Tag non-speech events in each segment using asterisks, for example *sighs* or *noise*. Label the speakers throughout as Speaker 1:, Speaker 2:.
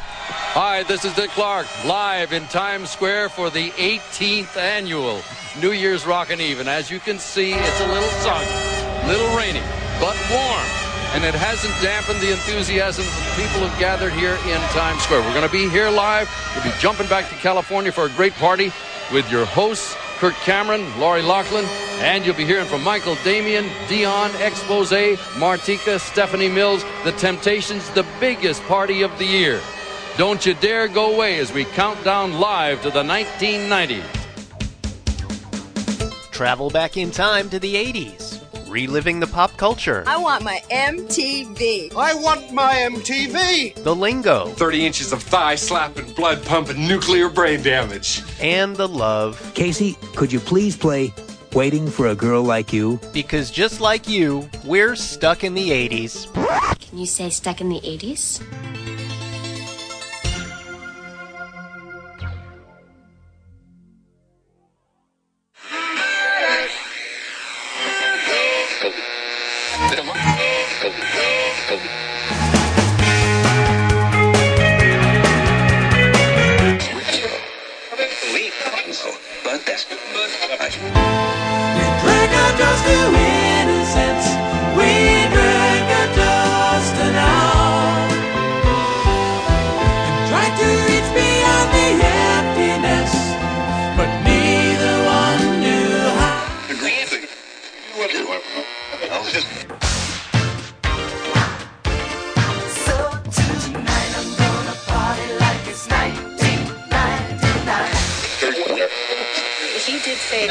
Speaker 1: Hi, this is Dick Clark, live in Times Square for the 18th annual New Year's Rockin' Eve. And as you can see, it's a little sunny, little rainy, but warm. And it hasn't dampened the enthusiasm of the people who've gathered here in Times Square. We're going to be here live. We'll be jumping back to California for a great party with your hosts, Kirk Cameron, Laurie Lachlan, and you'll be hearing from Michael Damian, Dion, Expose, Martika, Stephanie Mills, The Temptations, the biggest party of the year. Don't you dare go away as we count down live to the 1990s.
Speaker 2: Travel back in time to the 80s, reliving the pop culture,
Speaker 3: I want my MTV.
Speaker 4: I want my MTV!
Speaker 2: the lingo,
Speaker 5: 30 inches of thigh slapping, blood pumping, nuclear brain damage.
Speaker 2: and the love.
Speaker 6: Casey, could you please play Waiting for a Girl Like You?
Speaker 2: Because just like you, we're stuck in the 80s.
Speaker 7: Can you say stuck in the 80s?
Speaker 8: He did say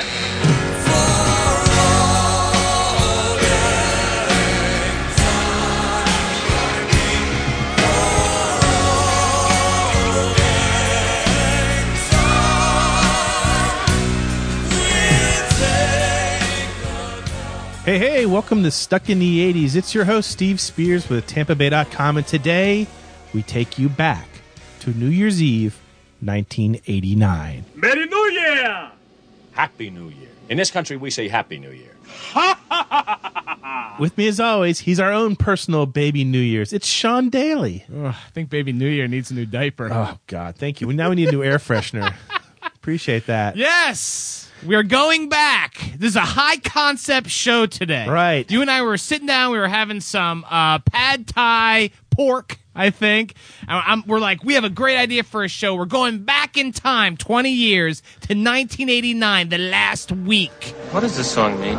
Speaker 9: Hey, hey, welcome to Stuck in the 80s. It's your host, Steve Spears with TampaBay.com, and today we take you back to New Year's Eve, 1989.
Speaker 10: Merry New Year!
Speaker 11: Happy New Year. In this country, we say Happy New Year.
Speaker 9: With me, as always, he's our own personal baby New Year's. It's Sean Daly.
Speaker 10: I think Baby New Year needs a new diaper.
Speaker 9: Oh, God, thank you. Now we need a new air
Speaker 10: *laughs*
Speaker 9: freshener. Appreciate that.
Speaker 10: Yes! We are going back. This is a high concept show today.
Speaker 9: Right.
Speaker 10: You and I were sitting down. We were having some uh, pad thai pork, I think. And I'm, we're like, we have a great idea for a show. We're going back in time 20 years to 1989, the last week.
Speaker 12: What does this song mean?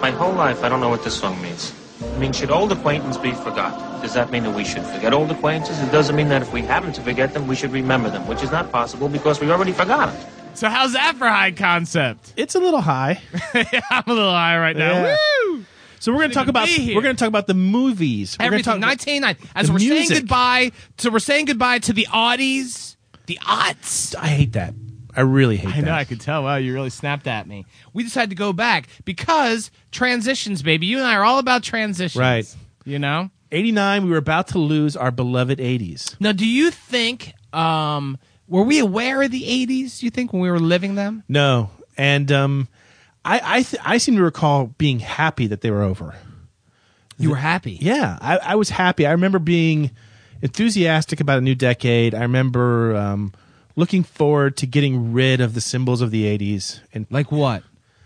Speaker 12: My whole life, I don't know what this song means. I mean, should old acquaintance be forgot? Does that mean that we should forget old acquaintances? It doesn't mean that if we happen to forget them, we should remember them, which is not possible because we already forgot them.
Speaker 10: So, how's that for high concept?
Speaker 9: It's a little *laughs* high.
Speaker 10: I'm a little high right now.
Speaker 9: Yeah.
Speaker 10: Woo!
Speaker 9: So we're going to talk
Speaker 10: even
Speaker 9: about
Speaker 10: be here.
Speaker 9: we're going to talk about the movies. We're gonna
Speaker 10: Everything.
Speaker 9: talk-
Speaker 10: 1999. As
Speaker 9: the
Speaker 10: we're
Speaker 9: music.
Speaker 10: saying goodbye, so we're saying goodbye to the oddies, the odds.
Speaker 9: I hate that. I really hate
Speaker 10: I
Speaker 9: that.
Speaker 10: know, I could tell. Wow, you really snapped at me. We decided to go back because transitions, baby. You and I are all about transitions.
Speaker 9: Right.
Speaker 10: You know?
Speaker 9: 89, we were about to lose our beloved 80s.
Speaker 10: Now, do you think, um, were we aware of the 80s, you think, when we were living them?
Speaker 9: No, and um, I I th- I seem to recall being happy that they were over.
Speaker 10: You were happy.
Speaker 9: Yeah, I, I was happy. I remember being enthusiastic about a new decade. I remember um, looking forward to getting rid of the symbols of the '80s and
Speaker 10: Like what?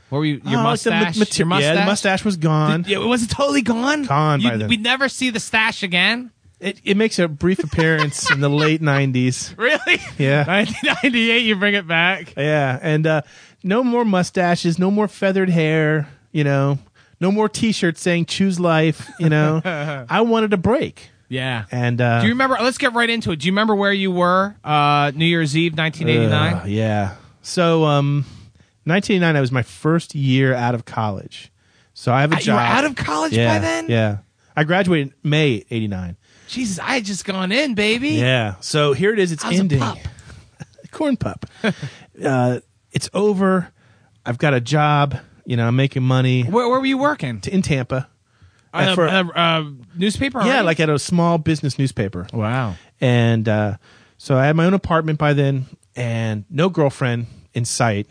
Speaker 10: What were you, your
Speaker 9: Oh, like the ma-
Speaker 10: mustache?
Speaker 9: mater-
Speaker 10: your mustache?
Speaker 9: Yeah, the mustache was gone.
Speaker 10: Yeah, was it totally gone?
Speaker 9: Gone
Speaker 10: You-
Speaker 9: by then.
Speaker 10: We'd never see the stash again.
Speaker 9: It it makes a brief appearance in the late '90s.
Speaker 10: Really?
Speaker 9: Yeah.
Speaker 10: *laughs* 1998, you bring it back.
Speaker 9: Yeah, and uh, no more mustaches, no more feathered hair. You know, no more T-shirts saying "Choose Life." You know,
Speaker 10: *laughs*
Speaker 9: I wanted a break.
Speaker 10: Yeah.
Speaker 9: And uh,
Speaker 10: Do you remember? Let's get right into it. Do you remember where you were uh, New Year's Eve, 1989?
Speaker 9: Uh, yeah. So, um, 1989, that was my first year out of college. So I have a
Speaker 10: Uh,
Speaker 9: job.
Speaker 10: you were out of college by
Speaker 9: yeah,
Speaker 10: then?
Speaker 9: Yeah. I graduated May 89.
Speaker 10: Jesus, I had just gone in, baby.
Speaker 9: Yeah. So here it is. It's
Speaker 10: I was a
Speaker 9: ending.
Speaker 10: pup.
Speaker 9: Corn pup. *laughs* uh, it's over. I've got a job. You know, I'm making money
Speaker 10: Where, where were you working?
Speaker 9: in Tampa.
Speaker 10: On
Speaker 9: Uh,
Speaker 10: a,
Speaker 9: for-
Speaker 10: a- a newspaper?
Speaker 9: yeah,
Speaker 10: article?
Speaker 9: like at a small business newspaper.
Speaker 10: wow.
Speaker 9: And uh, so I had my own apartment by then, and no girlfriend in sight.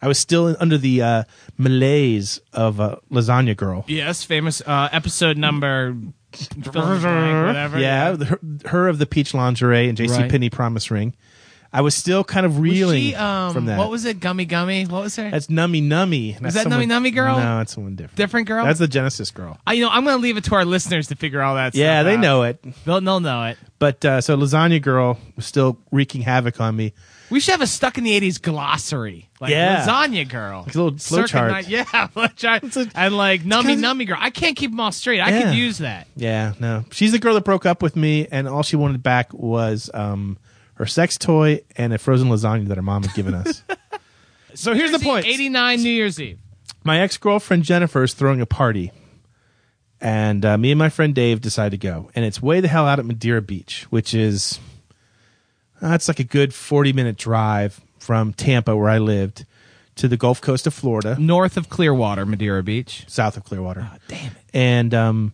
Speaker 9: I was still in, under the uh, malaise of uh, Lasagna Girl.
Speaker 10: Yes, famous uh, episode number whatever.
Speaker 9: Yeah, the- her, her of the peach lingerie and J.C.
Speaker 10: Right.
Speaker 9: Penney promise ring. I was still kind of
Speaker 10: Was she,
Speaker 9: reeling
Speaker 10: um,
Speaker 9: from that.
Speaker 10: What was it? Gummy Gummy? What was her?
Speaker 9: That's Nummy Nummy. That's
Speaker 10: that
Speaker 9: someone-
Speaker 10: Nummy Nummy girl?
Speaker 9: No, it's someone different.
Speaker 10: Different girl?
Speaker 9: That's the Genesis girl.
Speaker 10: I, you know, I'm going to leave it to our listeners to figure all that
Speaker 9: Yeah,
Speaker 10: stuff
Speaker 9: they
Speaker 10: out.
Speaker 9: know it.
Speaker 10: They'll, they'll know it.
Speaker 9: But uh, so Lasagna Girl was still wreaking havoc on me.
Speaker 10: We should have a stuck in the 80s glossary. Like
Speaker 9: Yeah.
Speaker 10: Lasagna Girl.
Speaker 9: Like a little
Speaker 10: Circa
Speaker 9: flowchart.
Speaker 10: night- *laughs* Yeah, flowchart. and like Nummy
Speaker 9: kinda-
Speaker 10: Nummy Girl. I can't keep them all straight. I
Speaker 9: Yeah.
Speaker 10: could use that.
Speaker 9: Yeah, no. She's the girl that broke up with me, and all she wanted back was um, her sex toy and a frozen lasagna that her mom had given
Speaker 10: *laughs*
Speaker 9: us. so here's the point
Speaker 10: 89 New Year's Eve.
Speaker 9: my ex girlfriend Jennifer is throwing a party, and uh, me and my friend Dave decide to go. And it's way the hell out at Madeira Beach, which is uh, it's like a good forty minute drive from Tampa, where I lived, to the Gulf Coast of Florida,
Speaker 10: North of Clearwater, Madeira Beach.
Speaker 9: south of Clearwater. damn it! And um,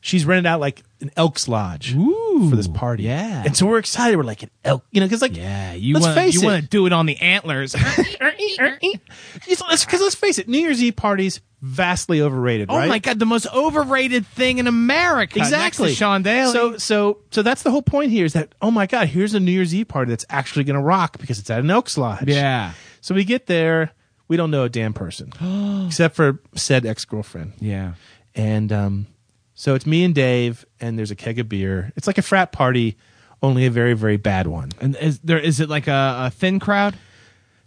Speaker 9: she's rented out like an Elks Lodge for this party.
Speaker 10: yeah.
Speaker 9: and so we're excited. We're like an elk, you know, because like
Speaker 10: Yeah, you
Speaker 9: Let's
Speaker 10: want
Speaker 9: face
Speaker 10: you
Speaker 9: it.
Speaker 10: want to do it on the *laughs* antlers. Oh
Speaker 9: because let's face it, New Year's Eve parties vastly overrated.
Speaker 10: Oh
Speaker 9: right?
Speaker 10: my god, the most overrated thing in America. next to
Speaker 9: Exactly,
Speaker 10: Sean Daly.
Speaker 9: So, so, so that's the whole point here is that oh my god, here's a New Year's Eve party that's actually going to rock because it's at an Elks Lodge.
Speaker 10: yeah,
Speaker 9: So we get there, we don't know a
Speaker 10: *gasps*
Speaker 9: damn person except for said ex girlfriend,
Speaker 10: yeah.
Speaker 9: and um, so it's me and Dave, and there's a keg of beer. It's like a frat party, only a very very bad one.
Speaker 10: And is there is it like a, a thin crowd?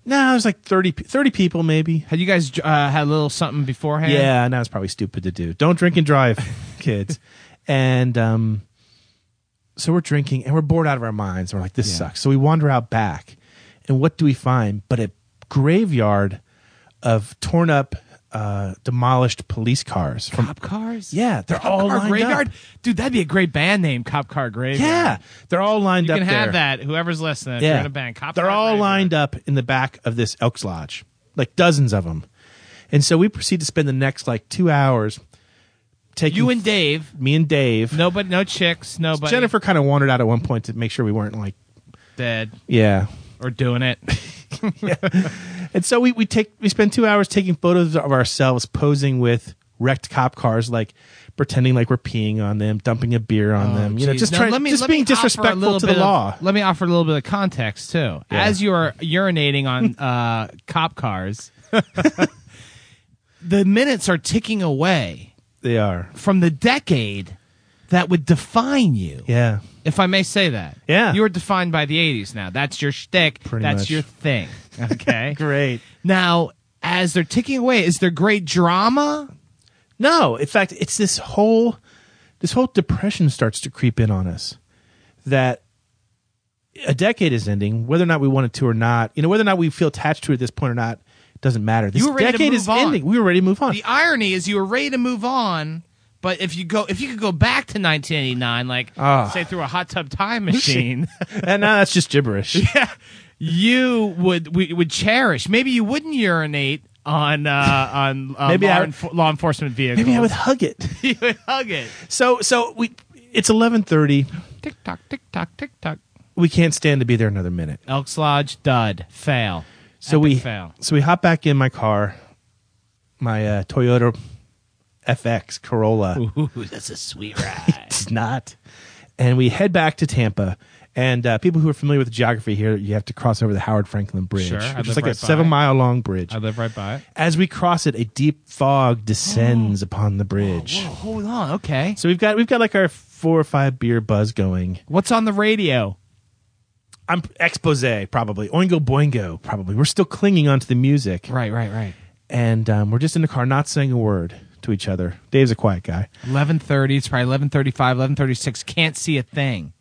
Speaker 9: No, it was like 30, pe- 30 people maybe.
Speaker 10: Had you guys uh, had a little something beforehand?
Speaker 9: Yeah, and that was probably stupid to do. Don't drink and
Speaker 10: *laughs*
Speaker 9: drive, kids. And um, so we're drinking and we're bored out of our minds. We're like, this sucks. So we wander out back, and what do we find? But a graveyard of torn up, uh, demolished police cars. From
Speaker 10: cop cars.
Speaker 9: yeah, they're
Speaker 10: Cop
Speaker 9: all
Speaker 10: Car
Speaker 9: lined
Speaker 10: Graveyard,
Speaker 9: up.
Speaker 10: dude. That'd be a great band name, Cop Car Graveyard.
Speaker 9: Yeah, they're all lined
Speaker 10: you
Speaker 9: up.
Speaker 10: can have
Speaker 9: there.
Speaker 10: that. Whoever's listening, if you're in a band, Cop
Speaker 9: They're
Speaker 10: Car
Speaker 9: all
Speaker 10: Graveyard.
Speaker 9: lined up in the back of this Elks Lodge, like dozens of them. And so we proceed to spend the next like two hours taking
Speaker 10: You and Dave.
Speaker 9: me and Dave.
Speaker 10: Nobody, no chicks. Nobody.
Speaker 9: Jennifer kind of wandered out at one point to make sure we weren't like,
Speaker 10: dead
Speaker 9: yeah.
Speaker 10: or doing it.
Speaker 9: And so we, we take we spend two hours taking photos of ourselves posing with wrecked cop cars, like pretending like we're peeing on them, dumping a beer on them, *laughs* you know,
Speaker 10: Oh, Jeez.
Speaker 9: just
Speaker 10: Now,
Speaker 9: trying,
Speaker 10: let me-
Speaker 9: just
Speaker 10: let me
Speaker 9: being
Speaker 10: offer a
Speaker 9: disrespectful
Speaker 10: little
Speaker 9: to the
Speaker 10: bit of-
Speaker 9: law.
Speaker 10: Let me offer a little bit of context too. As you are urinating on
Speaker 9: *laughs*
Speaker 10: uh, cop cars, the minutes are ticking away
Speaker 9: they are,
Speaker 10: from the decade that would define you.
Speaker 9: yeah.
Speaker 10: If I may say that.
Speaker 9: Yeah.
Speaker 10: You are defined by the 80s now. That's your shtick.
Speaker 9: Pretty
Speaker 10: That's
Speaker 9: much.
Speaker 10: your thing. Okay.
Speaker 9: *laughs* Great.
Speaker 10: Now, as they're ticking away, is there great drama?
Speaker 9: No, in fact, it's this whole this whole depression starts to creep in on us that a decade is ending, whether or not we want it to or not. You know, whether or not we feel attached to it at this point or not doesn't matter. This
Speaker 10: You were ready to
Speaker 9: decade
Speaker 10: move
Speaker 9: is
Speaker 10: on.
Speaker 9: ending. We were ready to move on.
Speaker 10: The irony is you were ready to move on, but if you go if you could go back to 1989 like
Speaker 9: Ah.
Speaker 10: say through a hot tub time machine, *laughs*
Speaker 9: and now that's just gibberish.
Speaker 10: you would we, would cherish. Maybe you wouldn't urinate on *laughs* uh, on uh,
Speaker 9: Maybe
Speaker 10: law,
Speaker 9: I-
Speaker 10: enfor- law enforcement vehicles.
Speaker 9: Maybe I would hug it.
Speaker 10: *laughs* you would hug it.
Speaker 9: So so we it's eleven thirty.
Speaker 10: Tick tock, tick tock, tick tock.
Speaker 9: We can't stand to be there another minute.
Speaker 10: Elks Lodge dud fail.
Speaker 9: So
Speaker 10: Epic
Speaker 9: we
Speaker 10: fail.
Speaker 9: so we hop back in my car, my uh, Toyota FX Corolla.
Speaker 10: Ooh, that's a sweet ride.
Speaker 9: It's not. And we head back to Tampa. And uh, people who are familiar with geography here, you have to cross over the Howard Franklin Bridge,
Speaker 10: Sure, I
Speaker 9: which
Speaker 10: live
Speaker 9: is like a
Speaker 10: right by.
Speaker 9: seven mile long
Speaker 10: *laughs*
Speaker 9: bridge.
Speaker 10: I live right by it.
Speaker 9: As we cross it, a deep fog descends upon the bridge.
Speaker 10: Oh. Whoa, hold on. Okay.
Speaker 9: So we've got we've got like our four or five beer buzz going.
Speaker 10: What's on the radio?
Speaker 9: I'm expose probably oingo boingo probably. We're still clinging onto the music,
Speaker 10: Right, right, right.
Speaker 9: and um, we're just in the car, not saying a word to each other. Dave's a quiet guy.
Speaker 10: 1130 it's probably 1135 1136 can't see a thing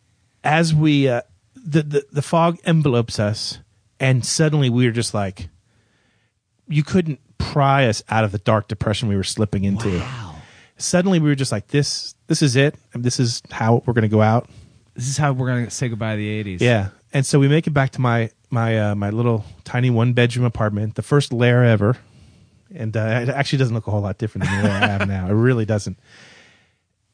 Speaker 9: as we uh, the, the the fog envelopes us, and suddenly we are just like, you couldn't pry us out of the dark depression we were slipping into. Suddenly we were just like, this this is it. This is how we're gonna go out.
Speaker 10: this is how we're gonna say goodbye to the 80s
Speaker 9: Yeah, and so we make it back to my my uh, my little tiny one bedroom apartment, the first lair ever, and uh, it actually doesn't look a whole lot different than the lair I have now. It really doesn't.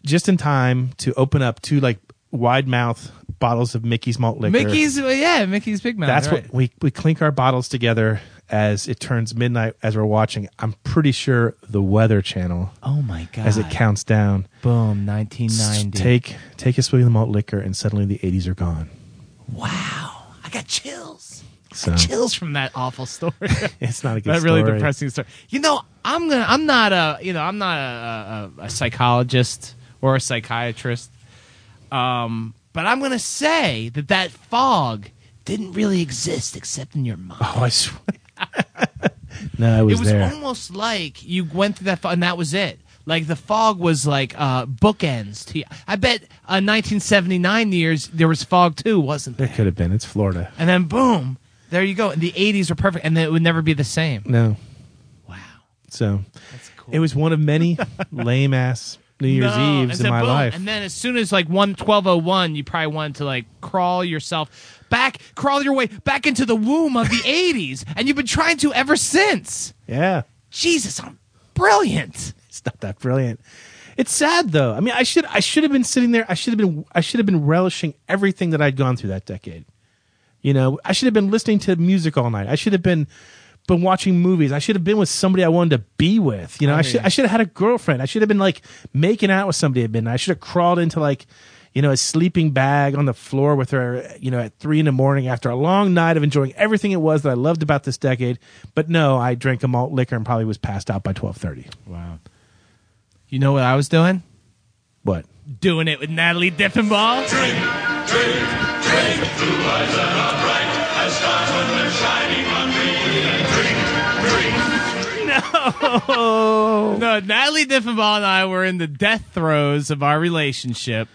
Speaker 9: Just in time to open up two like wide mouth bottles of Mickey's malt liquor.
Speaker 10: mickey's yeah mickey's big mouth
Speaker 9: That's
Speaker 10: right.
Speaker 9: what we we clink our bottles together as it turns midnight as we're watching. I'm pretty sure the Weather Channel.
Speaker 10: Oh my god!
Speaker 9: As it counts down.
Speaker 10: Boom, 1990.
Speaker 9: Take take a swig of the malt liquor, and suddenly the 80s are gone.
Speaker 10: Wow, I got chills.
Speaker 9: So.
Speaker 10: I got chills from that awful
Speaker 9: *laughs*
Speaker 10: story.
Speaker 9: It's not a good
Speaker 10: that really
Speaker 9: story.
Speaker 10: depressing story. You know, I'm gonna. I'm not a. You know, I'm not a, a, a psychologist or a psychiatrist. Um, but I'm gonna say that that fog didn't really exist except in your mind.
Speaker 9: Oh, I swear. *laughs* No, I was,
Speaker 10: it was
Speaker 9: there.
Speaker 10: almost like you went through that fog, and that was it. Like the fog was like uh, bookends. To I bet uh, 1979 years there was fog too, wasn't there?
Speaker 9: It could have been. It's Florida.
Speaker 10: And then boom, there you go. And the 80s were perfect, and then it would never be the same.
Speaker 9: No. Wow. So it was one
Speaker 10: *laughs*
Speaker 9: of many lame ass New Year's
Speaker 10: No,
Speaker 9: Eves
Speaker 10: and
Speaker 9: in
Speaker 10: then
Speaker 9: my
Speaker 10: boom,
Speaker 9: life.
Speaker 10: And then as soon as like one twelve oh one, you probably wanted to like crawl yourself back, crawl your way back into the womb
Speaker 9: *laughs*
Speaker 10: of the 80s, and you've been trying to ever since.
Speaker 9: yeah.
Speaker 10: Jesus, I'm brilliant.
Speaker 9: It's not that brilliant. It's sad though. I mean, I should I should have been sitting there. I should have been I should have been relishing everything that I'd gone through that decade. You know, I should have been listening to music all night. I should have been been watching movies. I should have been with somebody I wanted to be with. You know, I,
Speaker 10: I hear
Speaker 9: should
Speaker 10: you.
Speaker 9: I should have had a girlfriend. I should have been like making out with somebody at midnight. I should have crawled into like you know a sleeping bag on the floor with her. You know, at three in the morning after a long night of enjoying everything it was that I loved about this decade. But no, I drank a malt liquor and probably was passed out by twelve thirty.
Speaker 10: Wow. You know what I was doing?
Speaker 9: What?
Speaker 10: Doing it with Natalie Diffenbaugh.
Speaker 9: Oh.
Speaker 10: No, Natalie Diffenbaugh and I were in the death throes of our relationship.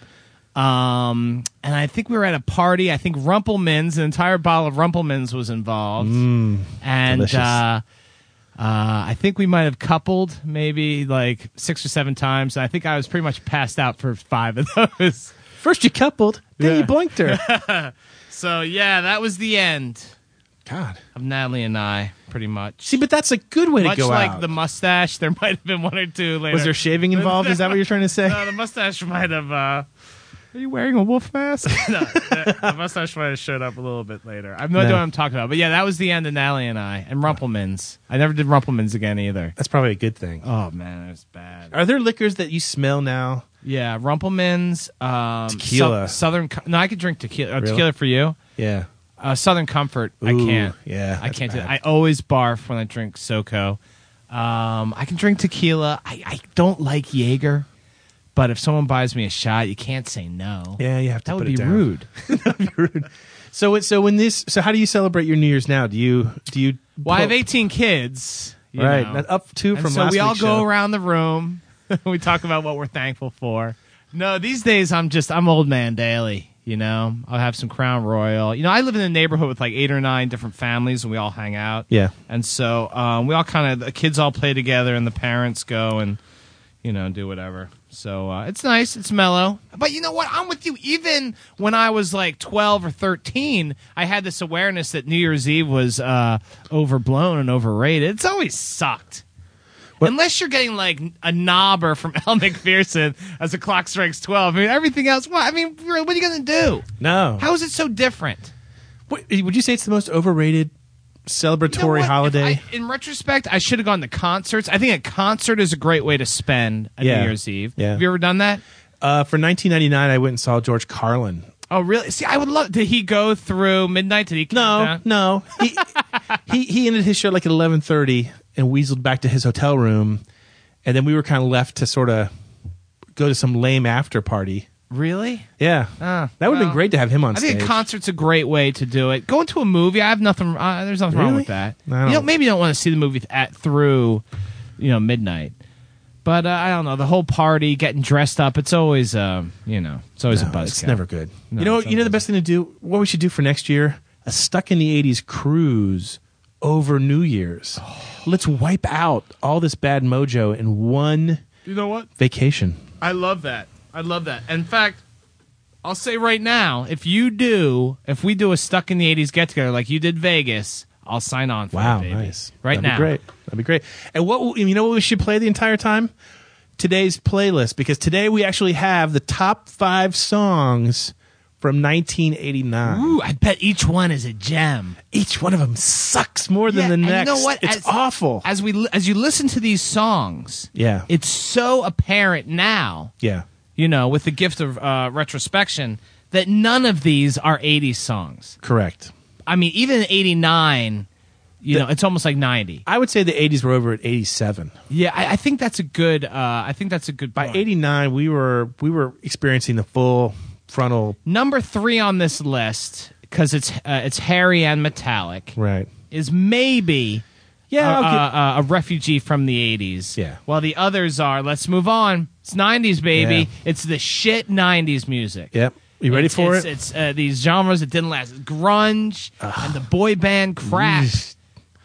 Speaker 10: Um, and I think we were at a party. I think Rumpelmans, an entire bottle of Rumpelmans was involved. and
Speaker 9: Mm, delicious.
Speaker 10: uh, uh, I think we might have coupled maybe like six or seven times. I think I was pretty much passed out for five of those.
Speaker 9: First you coupled, then you blinked her.
Speaker 10: So, yeah, that was the end
Speaker 9: *laughs* God.
Speaker 10: of Natalie and I, pretty much.
Speaker 9: See, but that's a good way
Speaker 10: Much
Speaker 9: to go
Speaker 10: like
Speaker 9: out.
Speaker 10: the mustache, there might have been one or two later.
Speaker 9: was there shaving involved? Is that what you're trying to
Speaker 10: *laughs*
Speaker 9: say?
Speaker 10: No, the mustache might have. Uh, are you wearing a wolf mask? no, the, the mustache might have showed up a little bit later. I have no,
Speaker 9: No.
Speaker 10: idea what I'm talking about. But yeah, that was the end of Natalie and I, and Rumpelmans. I never did Rumpelmans again either.
Speaker 9: *laughs* That's probably a good thing.
Speaker 10: Oh man, that was bad.
Speaker 9: Are there liquors that you smell now?
Speaker 10: Yeah, Rumpelmans, um,
Speaker 9: Tequila.
Speaker 10: Sou- Southern. Com- No, I could drink tequila. Uh,
Speaker 9: Really?
Speaker 10: Tequila for you.
Speaker 9: Yeah.
Speaker 10: Uh, Southern Comfort. I
Speaker 9: Ooh,
Speaker 10: can't.
Speaker 9: yeah,
Speaker 10: I
Speaker 9: that's
Speaker 10: can't do.
Speaker 9: bad.
Speaker 10: That. I always barf when I drink SoCo. Um, I can drink tequila. I, I don't like Jaeger, but if someone buys me a shot, you can't say no.
Speaker 9: Yeah, you have to
Speaker 10: That would
Speaker 9: put
Speaker 10: be
Speaker 9: it down.
Speaker 10: rude.
Speaker 9: *laughs* So it- so when this so how do you celebrate your New Year's now? Do you do you
Speaker 10: Well, I have 18 kids. you
Speaker 9: Right.
Speaker 10: know.
Speaker 9: Not up two
Speaker 10: And
Speaker 9: from
Speaker 10: so
Speaker 9: last
Speaker 10: we all
Speaker 9: week's
Speaker 10: go
Speaker 9: show.
Speaker 10: around the room. *laughs* we talk about what we're thankful for. No, these days I'm just I'm old man daily. You know, I'll have some Crown Royal. You know, I live in a neighborhood with like eight or nine different families, and we all hang out.
Speaker 9: Yeah.
Speaker 10: and so um, we all kind of the kids all play together, and the parents go and you know do whatever. So uh, it's nice, it's mellow. But you know what? I'm with you. Even when I was like 12 or 13, I had this awareness that New Year's Eve was uh, overblown and overrated. It's always sucked. Unless you're getting like a knobber from *laughs* El McPherson as the clock strikes 12. I mean, everything else, what? I mean, really, what are you going to do?
Speaker 9: No.
Speaker 10: How is it so different?
Speaker 9: What- would you say it's the most overrated
Speaker 10: You know
Speaker 9: celebratory
Speaker 10: what? If
Speaker 9: holiday?
Speaker 10: I- in retrospect, I should have gone to concerts. I think a concert is a great way to spend a
Speaker 9: Yeah.
Speaker 10: New Year's Eve.
Speaker 9: Yeah.
Speaker 10: Have you ever done that?
Speaker 9: uh, for 1999, I went and saw George Carlin.
Speaker 10: Oh, really? See, I would love. Did he go through midnight? Did he? count
Speaker 9: No,
Speaker 10: down?
Speaker 9: no. He, he he ended his show like at eleven thirty and weaseled back to his hotel room, and then we were kind of left to sort of go to some lame after party.
Speaker 10: Really?
Speaker 9: Yeah,
Speaker 10: Ah,
Speaker 9: that would have
Speaker 10: well,
Speaker 9: been great to have him on
Speaker 10: I
Speaker 9: stage.
Speaker 10: think a concert's a great way to do it. Going to a movie, I have nothing. Uh, there's nothing wrong
Speaker 9: Really?
Speaker 10: with that.
Speaker 9: I don't-
Speaker 10: You know, maybe you don't want to see the movie at through, you know, midnight. But uh, I don't know the whole party, getting dressed up. It's always, um, you know, it's always a
Speaker 9: No,
Speaker 10: buzzkill.
Speaker 9: it's never good.
Speaker 10: No,
Speaker 9: you know,
Speaker 10: it's
Speaker 9: you know the best thing to do. What we should do for next year: a stuck in the '80s cruise over New Year's.
Speaker 10: Oh.
Speaker 9: Let's wipe out all this bad mojo in one
Speaker 10: You know what?
Speaker 9: vacation.
Speaker 10: I love that. I love that. In fact, I'll say right now, if you do, if we do a stuck in the '80s get together like you did Vegas, I'll sign on. For
Speaker 9: Wow,
Speaker 10: it, baby.
Speaker 9: nice.
Speaker 10: Right
Speaker 9: That'd
Speaker 10: now,
Speaker 9: be great. That'd be great. And what you know what we should play the entire time? Today's playlist because today we actually have the top 5 songs from 1989.
Speaker 10: Ooh, I bet each one is a gem.
Speaker 9: Each one of them sucks more than
Speaker 10: Yeah,
Speaker 9: the
Speaker 10: and
Speaker 9: next.
Speaker 10: You know what?
Speaker 9: It's
Speaker 10: as,
Speaker 9: awful.
Speaker 10: As we as you listen to these songs,
Speaker 9: Yeah.
Speaker 10: it's so apparent now.
Speaker 9: yeah.
Speaker 10: you know, with the gift of uh, retrospection, that none of these are '80s songs.
Speaker 9: Correct.
Speaker 10: I mean, even '89, you
Speaker 9: The-
Speaker 10: know, it's almost like '90.
Speaker 9: I would say the 80s were over at 87.
Speaker 10: Yeah, I, I think that's a good. Uh, I think that's a good.
Speaker 9: By
Speaker 10: point.
Speaker 9: 89, we were we were experiencing the full frontal
Speaker 10: number three on this list because it's uh, it's Harry and Metallic
Speaker 9: right. Uh,
Speaker 10: is maybe
Speaker 9: Yeah,
Speaker 10: a,
Speaker 9: I'll give-
Speaker 10: a- a- a refugee from the 80s.
Speaker 9: Yeah.
Speaker 10: While the others are, let's move on. It's 90s, baby.
Speaker 9: Yeah.
Speaker 10: It's the shit 90s music.
Speaker 9: Yep. You ready
Speaker 10: It's-
Speaker 9: for
Speaker 10: it's,
Speaker 9: it?
Speaker 10: It's uh, these genres that didn't last. Grunge and the boy band crap.
Speaker 9: Yeesh.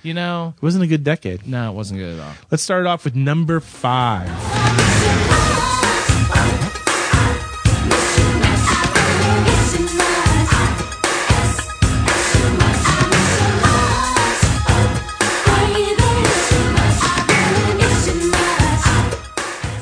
Speaker 10: You know?
Speaker 9: It wasn't a good decade.
Speaker 10: No, it wasn't good at all.
Speaker 9: Let's start it off with number 5.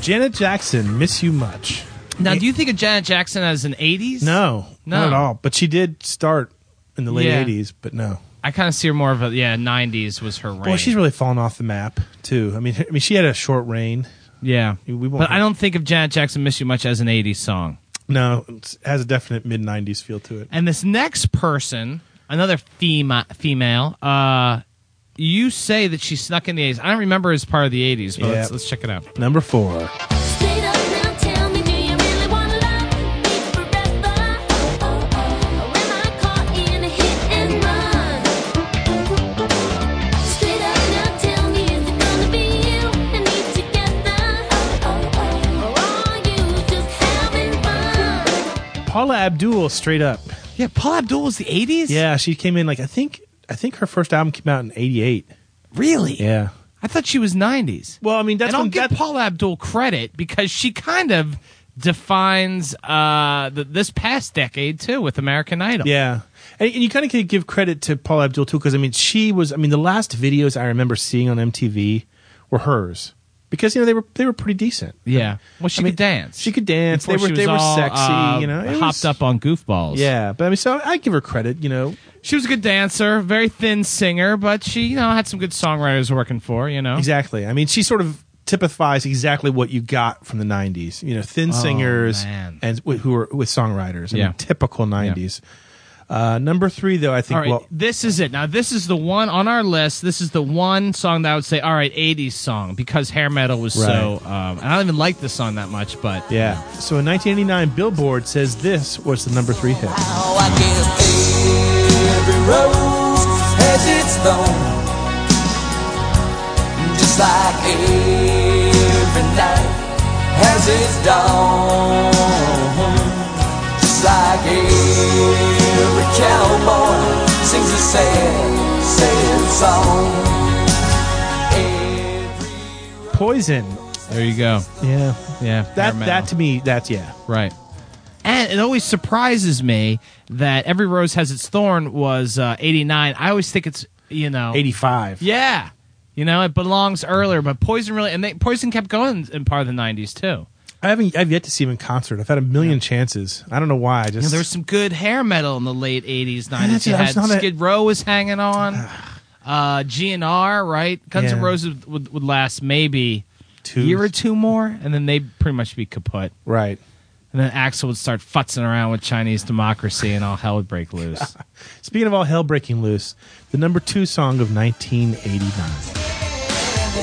Speaker 9: Janet Jackson, Miss You Much.
Speaker 10: Now, do you think of Janet Jackson as an 80s?
Speaker 9: No,
Speaker 10: No.
Speaker 9: not at all. But she did start in the late
Speaker 10: Yeah.
Speaker 9: 80s, but no.
Speaker 10: I kind of see her more of a, yeah, 90s was her reign.
Speaker 9: Boy, she's really fallen off the map too. I mean, I mean, she had a short reign.
Speaker 10: Yeah.
Speaker 9: We won't
Speaker 10: but I
Speaker 9: have-
Speaker 10: don't think of Janet Jackson Miss You Much as an 80s song.
Speaker 9: No, it has a definite mid '90s feel to it.
Speaker 10: And this next person, another fema- female, uh, you say that she snuck in the 80s. I don't remember as part of the 80s, but
Speaker 9: Yeah.
Speaker 10: let's, let's check it out.
Speaker 9: Number four, Paula Abdul, straight up.
Speaker 10: Yeah, Paul Abdul was the 80s?
Speaker 9: Yeah, she came in like I think I think her first album came out in '88.
Speaker 10: Really?
Speaker 9: Yeah.
Speaker 10: I thought she was 90s.
Speaker 9: Well, I mean, that's
Speaker 10: and I'll
Speaker 9: when
Speaker 10: give
Speaker 9: that-
Speaker 10: Paula Abdul credit because she kind of defines uh, the, this past decade, too, with American Idol.
Speaker 9: Yeah. And, and you kind of can give credit to Paula Abdul too, because I mean, she was. I mean, the last videos I remember seeing on MTV were hers, because you know they were they were pretty decent.
Speaker 10: Yeah. Well, she
Speaker 9: I mean,
Speaker 10: could dance.
Speaker 9: She could dance.
Speaker 10: Before
Speaker 9: they were
Speaker 10: she was
Speaker 9: they were
Speaker 10: all,
Speaker 9: sexy.
Speaker 10: uh,
Speaker 9: you know, It
Speaker 10: hopped
Speaker 9: was-
Speaker 10: up on goofballs.
Speaker 9: Yeah, but I mean, so I give her credit. You know,
Speaker 10: She was a good dancer, very thin singer, but she, you know, had some good songwriters working for, her, you know.
Speaker 9: Exactly. I mean, she sort of typifies exactly what you got from the 90s. You know, thin singers
Speaker 10: Oh, man.
Speaker 9: and wi- who are with songwriters. I
Speaker 10: Yeah.
Speaker 9: mean, typical 90s. Uh, number three, though, I think.
Speaker 10: All right,
Speaker 9: Well,
Speaker 10: this is it. Now, this is the one on our list. This is the one song that I would say, all right, 80s song, because hair metal was so. Um, and I don't even like this song that much, but.
Speaker 9: yeah. So in 1989, Billboard says this was the number three hit. Poison.
Speaker 10: There you go.
Speaker 9: Yeah.
Speaker 10: Yeah. hair
Speaker 9: That
Speaker 10: metal.
Speaker 9: that to me, that's yeah.
Speaker 10: Right. And it always surprises me that Every Rose Has Its Thorn was uh, 89. I always think it's, you know.
Speaker 9: 85.
Speaker 10: Yeah. You know, it belongs earlier, but Poison really. And they, Poison kept going in part of the 90s, too.
Speaker 9: I haven't. I've yet to see him in concert. I've had a million chances. I don't know why. I
Speaker 10: You know,
Speaker 9: just
Speaker 10: there was some good hair metal in the late '80s, '90s.
Speaker 9: that's
Speaker 10: You
Speaker 9: it. I
Speaker 10: had
Speaker 9: was not a-
Speaker 10: Skid Row was hanging on, uh, GNR, right? Guns N'
Speaker 9: Yeah.
Speaker 10: Roses would, would last maybe a
Speaker 9: two
Speaker 10: year or two more, and then they'd pretty much be kaput.
Speaker 9: Right.
Speaker 10: And then Axel would start futzing around with Chinese democracy, and all hell would break
Speaker 9: *laughs*
Speaker 10: loose.
Speaker 9: Speaking of all hell breaking loose, the number two song of 1989.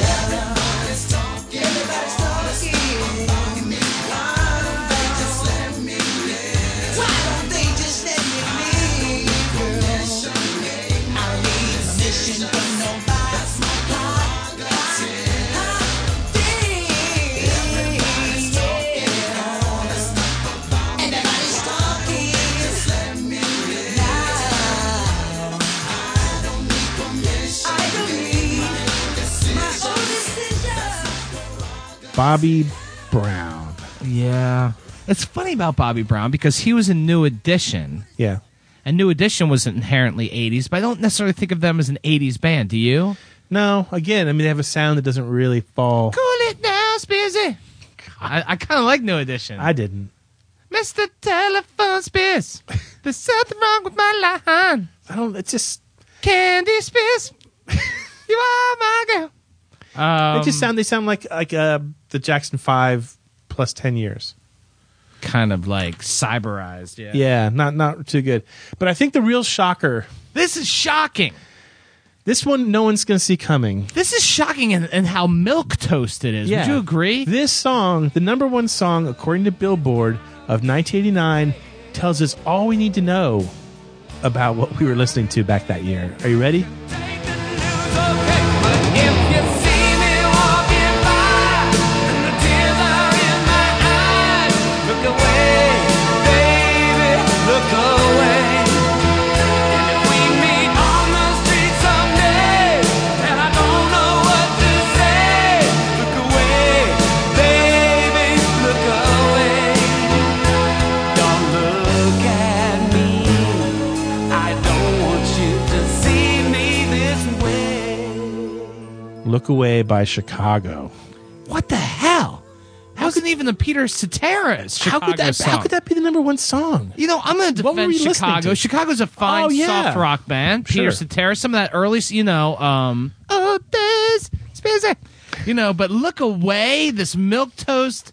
Speaker 9: Bobby Brown.
Speaker 10: yeah, it's funny about Bobby Brown because he was in New Edition,
Speaker 9: Yeah.
Speaker 10: and New Edition was inherently '80s, but I don't necessarily think of them as an '80s band. Do you?
Speaker 9: No, again, I mean, they have a sound that doesn't really fall.
Speaker 10: Cool it now, Spearsy. I, I kind of like New Edition.
Speaker 9: I didn't.
Speaker 10: Mr. Telephone Spears. There's something wrong with my line.
Speaker 9: I don't. It's just.
Speaker 10: Candy Spears. you are my girl.
Speaker 9: they
Speaker 10: Um,
Speaker 9: just sound. They sound like like uh, the Jackson Five plus ten years.
Speaker 10: Kind of like cyberized. Yeah.
Speaker 9: Yeah, not not too good. But I think the real shocker.
Speaker 10: This is shocking.
Speaker 9: This one, no one's going to see coming.
Speaker 10: This is shocking in, in how milk toast it is.
Speaker 9: Yeah.
Speaker 10: Would you agree?
Speaker 9: This song, the number one song according to Billboard of 1989, tells us all we need to know about what we were listening to back that year. Are you ready? Look Away by Chicago.
Speaker 10: What the hell? How's it even the Peter Cetera's Chicago
Speaker 9: how could that
Speaker 10: song?
Speaker 9: how could that be the number one song?
Speaker 10: You know, I'm going to
Speaker 9: What were
Speaker 10: defend
Speaker 9: we listening
Speaker 10: Chicago.
Speaker 9: to?
Speaker 10: Chicago's a fine
Speaker 9: Oh, yeah.
Speaker 10: soft rock band.
Speaker 9: Sure.
Speaker 10: Peter Cetera, some of that early, you know, um, oh, this, busy. you know, but look away, this milk toast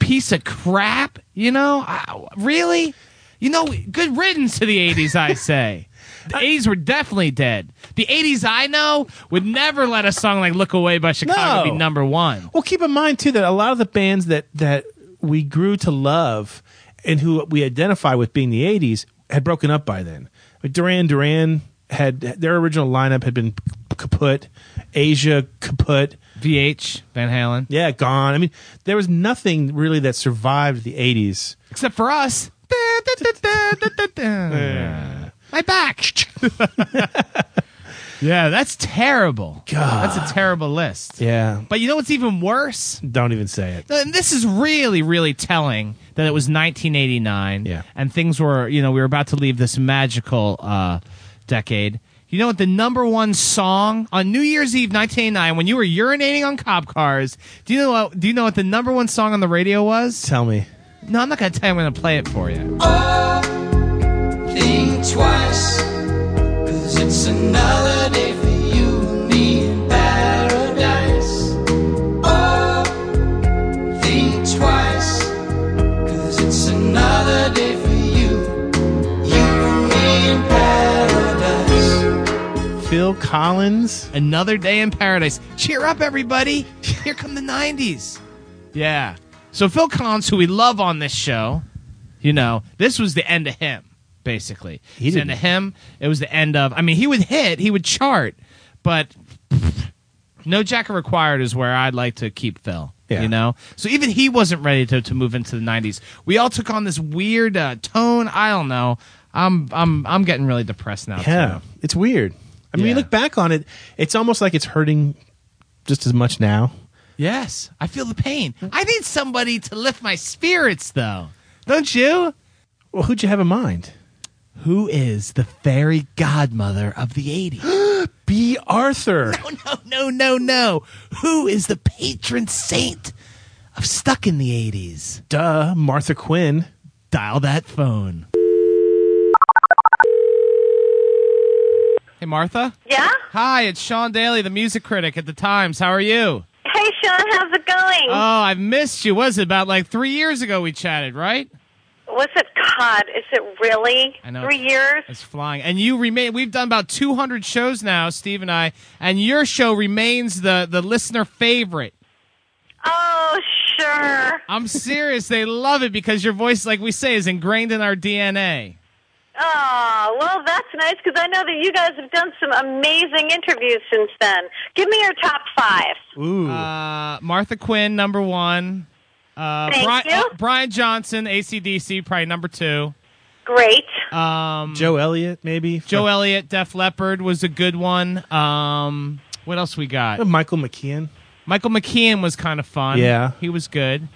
Speaker 10: piece of crap. You know, I, really, you know, good riddance to the '80s.
Speaker 9: *laughs*
Speaker 10: I say. The 80s were definitely dead. The 80s I know would never let a song like Look Away by Chicago
Speaker 9: No.
Speaker 10: be number one.
Speaker 9: Well, keep in mind too that a lot of the bands that that we grew to love and who we identify with being the '80s had broken up by then. Like Duran Duran had their original lineup had been kaput, Asia kaput,
Speaker 10: VH, Van Halen.
Speaker 9: yeah, gone. I mean, there was nothing really that survived the
Speaker 10: *laughs*
Speaker 9: '80s.
Speaker 10: except for us. Da, da, da, da, da, da, da. My back. *laughs* yeah, that's terrible.
Speaker 9: God.
Speaker 10: That's a terrible list.
Speaker 9: Yeah,
Speaker 10: But you know what's even worse?
Speaker 9: don't even say it.
Speaker 10: And this is really, really telling that it was 1989.
Speaker 9: Yeah.
Speaker 10: And things were, you know, we were about to leave this magical uh, decade. You know what? The number one song on New Year's Eve 1989, when you were urinating on cop cars, do you know what, do you know what the number one song on the radio was?
Speaker 9: Tell me.
Speaker 10: No, I'm not going to tell you. I'm going to play it for you.
Speaker 13: Think twice, cause it's another day for you and me in paradise. Oh, think twice, cause it's another day for you, you and me in paradise.
Speaker 9: Phil Collins.
Speaker 10: Another day in paradise. Cheer up, everybody. Here come the 90s. Yeah. So, Phil Collins, who we love on this show, you know, this was the end of him, basically.
Speaker 9: He
Speaker 10: It's the end
Speaker 9: didn't-
Speaker 10: of him. It was the end of, I mean, he would hit, he would chart, but no jacket required is where I'd like to keep Phil.
Speaker 9: Yeah.
Speaker 10: You know? So even he wasn't ready to, to move into the 90s. We all took on this weird uh, tone. I don't know. I'm I'm I'm getting really depressed now.
Speaker 9: Yeah,
Speaker 10: too.
Speaker 9: it's weird. I mean, you
Speaker 10: Yeah.
Speaker 9: look back on it, it's almost like it's hurting just as much now.
Speaker 10: Yes, I feel the pain. I need somebody to lift my spirits, though. Don't you?
Speaker 9: Well, who'd you have in mind?
Speaker 10: Who is the fairy godmother of the 80s?
Speaker 9: B. Arthur.
Speaker 10: oh, *laughs* no, no, no, no. Who is the patron saint of Stuck in the 80s?
Speaker 9: Duh, Martha Quinn.
Speaker 10: Dial that phone. Hey, Martha.
Speaker 14: Yeah?
Speaker 10: Hi, it's Sean Daly, the music critic at The Times. How are you?
Speaker 14: Hey, Sean, how's it going?
Speaker 10: Oh, I've missed you. Was it about like three years ago we chatted, right?
Speaker 14: Was it God? Is it really?
Speaker 10: I know.
Speaker 14: Three years?
Speaker 10: It's flying. And you remain. We've done about 200 shows now, Steve and I, and your show remains the the listener favorite.
Speaker 14: Oh, sure.
Speaker 10: I'm serious. they love it because your voice, like we say, is ingrained in our DNA.
Speaker 14: Oh, well, that's nice because I know that you guys have done some amazing interviews since then. Give me your top five.
Speaker 9: Ooh.
Speaker 10: Uh, Martha Quinn, number one. Uh,
Speaker 14: Thank
Speaker 10: Brian,
Speaker 14: you.
Speaker 10: uh, Brian Johnson, ACDC, probably number two.
Speaker 14: Great.
Speaker 10: Um,
Speaker 9: Joe Elliott, maybe?
Speaker 10: Joe Elliott, Def Leppard was a good one. Um, what else we got?
Speaker 9: Uh, Michael McKeon.
Speaker 10: Michael McKean was kind of fun.
Speaker 9: Yeah.
Speaker 10: he was good.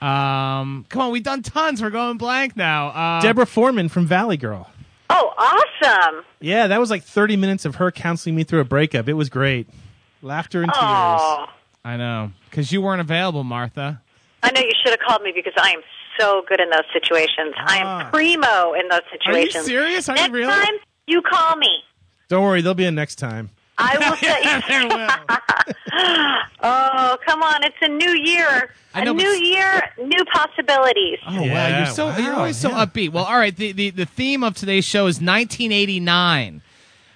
Speaker 10: Um, come on, we've done tons. We're going blank now. Uh,
Speaker 9: Deborah Foreman from Valley Girl.
Speaker 14: Oh, awesome.
Speaker 9: Yeah, that was like 30 minutes of her counseling me through a breakup. It was great. Laughter and tears.
Speaker 14: Oh,
Speaker 10: I know because you weren't available, Martha.
Speaker 14: I know you should have called me because I am
Speaker 9: so good in those situations. I am primo in those situations.
Speaker 10: serious? Are you
Speaker 9: Next
Speaker 10: real?
Speaker 9: time you call me.
Speaker 6: Don't worry, they'll be in next time.
Speaker 9: I *laughs* will set you. *laughs* oh, come on! It's a new year,
Speaker 10: know,
Speaker 9: a
Speaker 10: but-
Speaker 9: new year, new possibilities.
Speaker 10: Oh *laughs* wow, you're so you're always so upbeat. Well, all right. The, the the theme of today's show is 1989,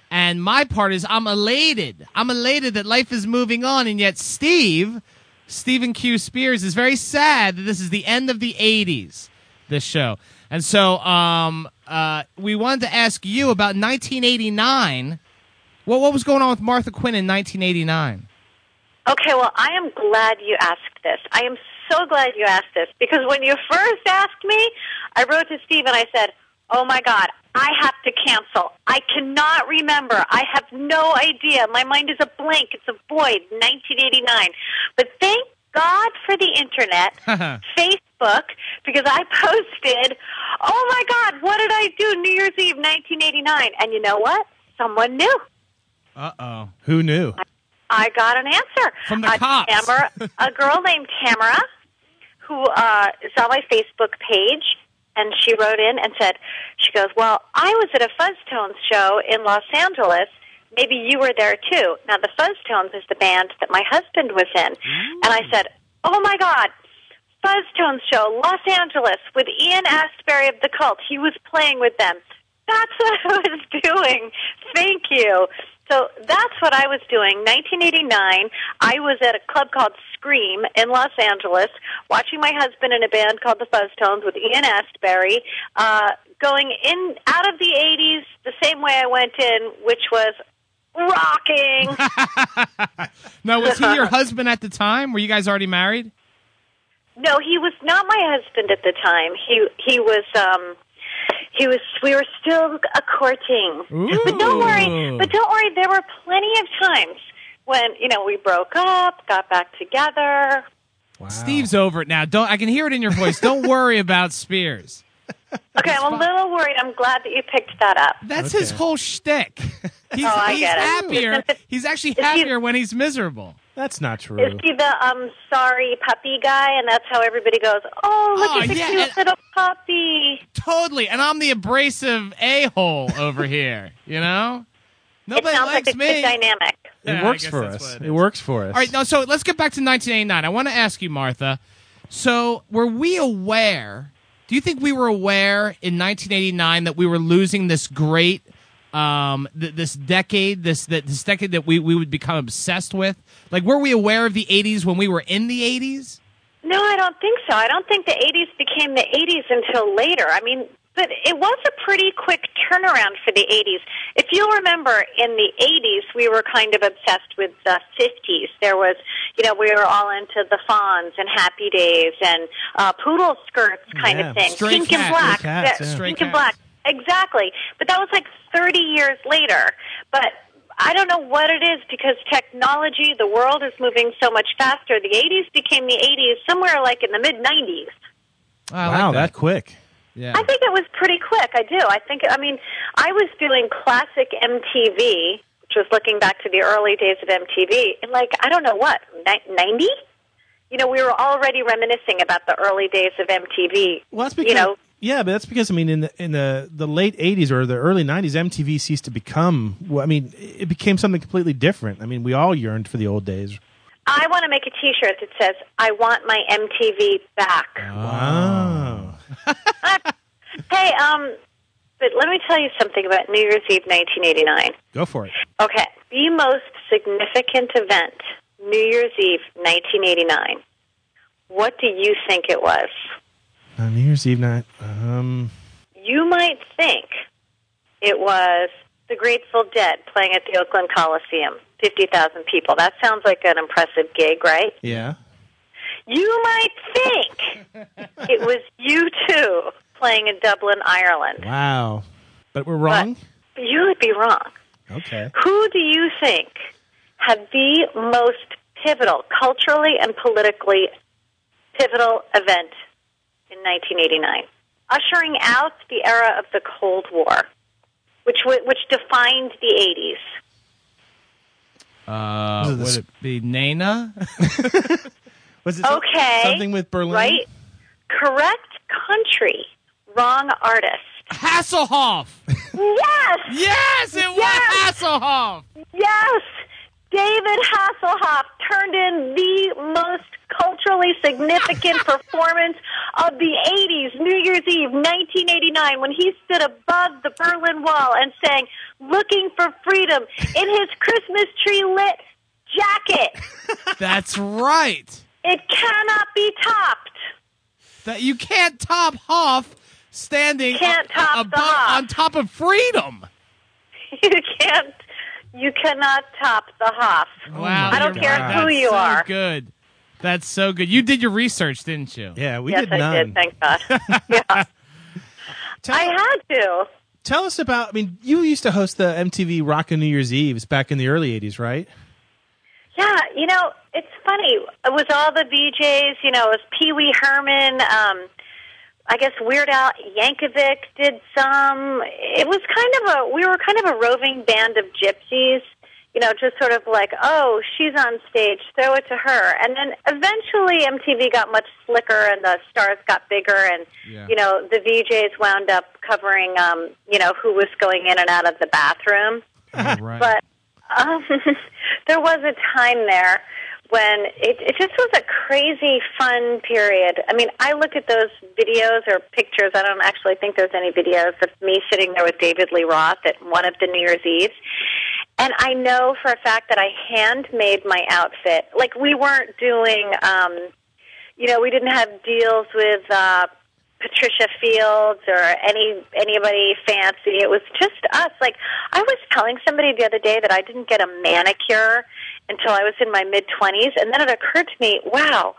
Speaker 10: and my part is I'm elated. I'm elated that life is moving on, and yet Steve, Stephen Q. Spears, is very sad that this is the end of the 80s. This show, and so um uh we wanted to ask you about 1989. What what was going on with Martha Quinn in 1989?
Speaker 9: Okay, well, I am glad you asked this. I am so glad you asked this because when you first asked me, I wrote to Steve and I said, Oh my God, I have to cancel. I cannot remember. I have no idea. My mind is a blank, it's a void, 1989. But thank God for the internet, Facebook, because I *laughs* posted, Oh my God, what did I do New Year's Eve 1989? And you know what? Someone knew.
Speaker 10: Uh oh.
Speaker 6: Who knew?
Speaker 9: I got an answer
Speaker 10: From the
Speaker 9: a
Speaker 10: cops.
Speaker 9: Tamara, a girl named Tamara, who uh, saw my Facebook page, and she wrote in and said, "She goes, well, I was at a Fuzztones show in Los Angeles. Maybe you were there too. Now, the Fuzztones is the band that my husband was in, and I said, oh my god." Fuzztones show, Los Angeles, with Ian Astbury of the Cult. He was playing with them. That's *laughs* what I was doing. Thank you. So that's what I was doing. 1989, I was at a club called Scream in Los Angeles, watching my husband in a band called the Fuzztones with Ian Astbury, uh, going in out of the 80s the same way I went in, which was
Speaker 10: *laughs*
Speaker 9: rocking.
Speaker 10: Now was
Speaker 9: *laughs*
Speaker 10: he your husband at the time? Were you guys already married?
Speaker 9: No, he was not my husband at the time. He he was um he was we were still a courting. But don't worry, but don't worry, there were plenty of times when, you know, we broke up, got back together.
Speaker 10: Steve's over it now. Don't I can hear it in your voice.
Speaker 9: *laughs*
Speaker 10: Don't worry about Spears.
Speaker 9: Okay, I'm a little worried. I'm glad that you picked that up.
Speaker 10: That's his whole
Speaker 9: *laughs*
Speaker 10: shtick. He's,
Speaker 9: Oh, I
Speaker 10: he's
Speaker 9: get it.
Speaker 10: happier. He's
Speaker 9: *laughs*
Speaker 10: actually happier when he's miserable.
Speaker 6: That's not
Speaker 9: Is
Speaker 6: true.
Speaker 9: he the um sorry puppy guy? And that's how everybody goes. Oh, look
Speaker 10: Oh,
Speaker 9: at the
Speaker 10: yeah,
Speaker 9: cute
Speaker 10: and-
Speaker 9: little puppy.
Speaker 10: Totally. And I'm the abrasive a hole over here. You know. Nobody
Speaker 9: it sounds
Speaker 10: likes
Speaker 9: like a
Speaker 10: me.
Speaker 9: good dynamic.
Speaker 6: it works for us. It, works for us.
Speaker 10: All right, now so let's get back to 1989. I want to ask you, Martha. So, were we aware? Do you think we were aware in 1989 that we were losing this great, um, th- this decade, this that this decade that we we would become obsessed with? Like, were we aware of the 80s when we were in the 80s?
Speaker 9: No, I don't think so. I don't think the 80s became the 80s until later. I mean, but it was a pretty quick turnaround for the 80s. If you'll remember, in the 80s, we were kind of obsessed with the 50s. There was, you know, we were all into the Fonz and Happy Days and uh, poodle skirts kind
Speaker 10: Yeah.
Speaker 9: of thing.
Speaker 10: Stray
Speaker 9: Pink
Speaker 10: cats.
Speaker 9: and black.
Speaker 10: Stray cats,
Speaker 9: Yeah,
Speaker 10: yeah. Stray
Speaker 9: Pink
Speaker 10: cats.
Speaker 9: and black. Exactly. But that was like 30 years later. But I don't know what it is because technology, the world is moving so much faster. The 80s became the 80s somewhere like in the mid 90s.
Speaker 10: Oh,
Speaker 6: wow, that. quick.
Speaker 10: Yeah.
Speaker 9: I think it was pretty quick. I do. I think, I mean, I was doing classic MTV, which was looking back to the early days of MTV, in like, I don't know what, ni- 90? You know, we were already reminiscing about the early days of MTV.
Speaker 6: Well, that's
Speaker 9: you know,
Speaker 6: Yeah, but that's because I mean, in the in the, the late '80s or the early '90s, MTV ceased to become. Well, I mean, it became something completely different. I mean, we all yearned for the old days.
Speaker 9: I want to make a t shirt that says, I want my MTV back.
Speaker 6: Wow.
Speaker 9: *laughs* Hey, um, but let me tell you something about New Year's Eve 1989.
Speaker 6: Go for it.
Speaker 9: Okay, the most significant event, New Year's Eve 1989. What do you think it was?
Speaker 6: On Uh, New Year's Eve night. Um,
Speaker 9: You might think it was the Grateful Dead playing at the Oakland Coliseum, 50,000 people. That sounds like an impressive gig, right?
Speaker 6: yeah.
Speaker 9: You might think it was you 2 playing in Dublin, Ireland.
Speaker 6: Wow. But we're wrong.
Speaker 9: But you would be wrong.
Speaker 6: okay.
Speaker 9: Who do you think had the most pivotal, culturally and politically pivotal event in 1989, ushering out the era of the Cold War, which wa- which defined the 80s?
Speaker 10: Uh, would it be Nana?
Speaker 15: *laughs*
Speaker 6: Was it
Speaker 9: okay,
Speaker 6: something with Berlin?
Speaker 9: Right, correct country. Wrong artist.
Speaker 6: *laughs*
Speaker 15: *laughs*
Speaker 10: Hasselhoff.
Speaker 9: Yes.
Speaker 10: yes, it was Hasselhoff.
Speaker 9: Yes. David Hasselhoff turned in the most culturally
Speaker 6: *laughs*
Speaker 9: significant performance of the 80s, New Year's Eve 1989, when he stood above the Berlin Wall and sang Looking for Freedom in his Christmas tree lit jacket.
Speaker 10: That's right.
Speaker 9: It cannot be topped.
Speaker 10: That you can't top Hoff standing
Speaker 9: Can't
Speaker 10: a-
Speaker 9: top the
Speaker 10: above-
Speaker 9: Hoff.
Speaker 10: on top of freedom.
Speaker 9: *laughs* You can't, you cannot top the Hoff.
Speaker 15: Oh
Speaker 10: Wow.
Speaker 9: I don't
Speaker 10: you're
Speaker 9: care
Speaker 10: right.
Speaker 9: who
Speaker 10: Oh That's
Speaker 9: you
Speaker 10: so
Speaker 9: are.
Speaker 10: Good. That's so good. You did your research, didn't you?
Speaker 15: Yeah, we
Speaker 9: yes,
Speaker 15: did
Speaker 9: I
Speaker 15: none.
Speaker 9: did. Thank God. yeah. I had to.
Speaker 15: Tell us about. I mean, you used to host the MTV Rock and New Year's Eves back in the early '80s, right?
Speaker 9: Yeah, you know, it's funny. It was all the DJs, you know, it was Pee Wee Herman. Um, I guess Weird Al Yankovic did some. It was kind of a, we were kind of a roving band of gypsies, you know, just sort of like, oh, she's on stage, throw it to her. And then eventually MTV got much slicker and the stars got bigger and,
Speaker 16: Yeah.
Speaker 9: you know, the VJs wound up covering, um, you know, who was going in and out of the bathroom.
Speaker 16: right.
Speaker 9: But um, *laughs* there was a time there when it, it just was a crazy, fun period. I mean, I look at those videos or pictures. I don't actually think there's any videos of me sitting there with David Lee Roth at one of the New Year's Eves. And I know for a fact that I handmade my outfit. Like, we weren't doing, um, you know, we didn't have deals with uh, Patricia Fields or any anybody fancy. It was just us. Like I was telling somebody the other day that I didn't get a manicure until I was in my mid twenties, and then it occurred to me, wow,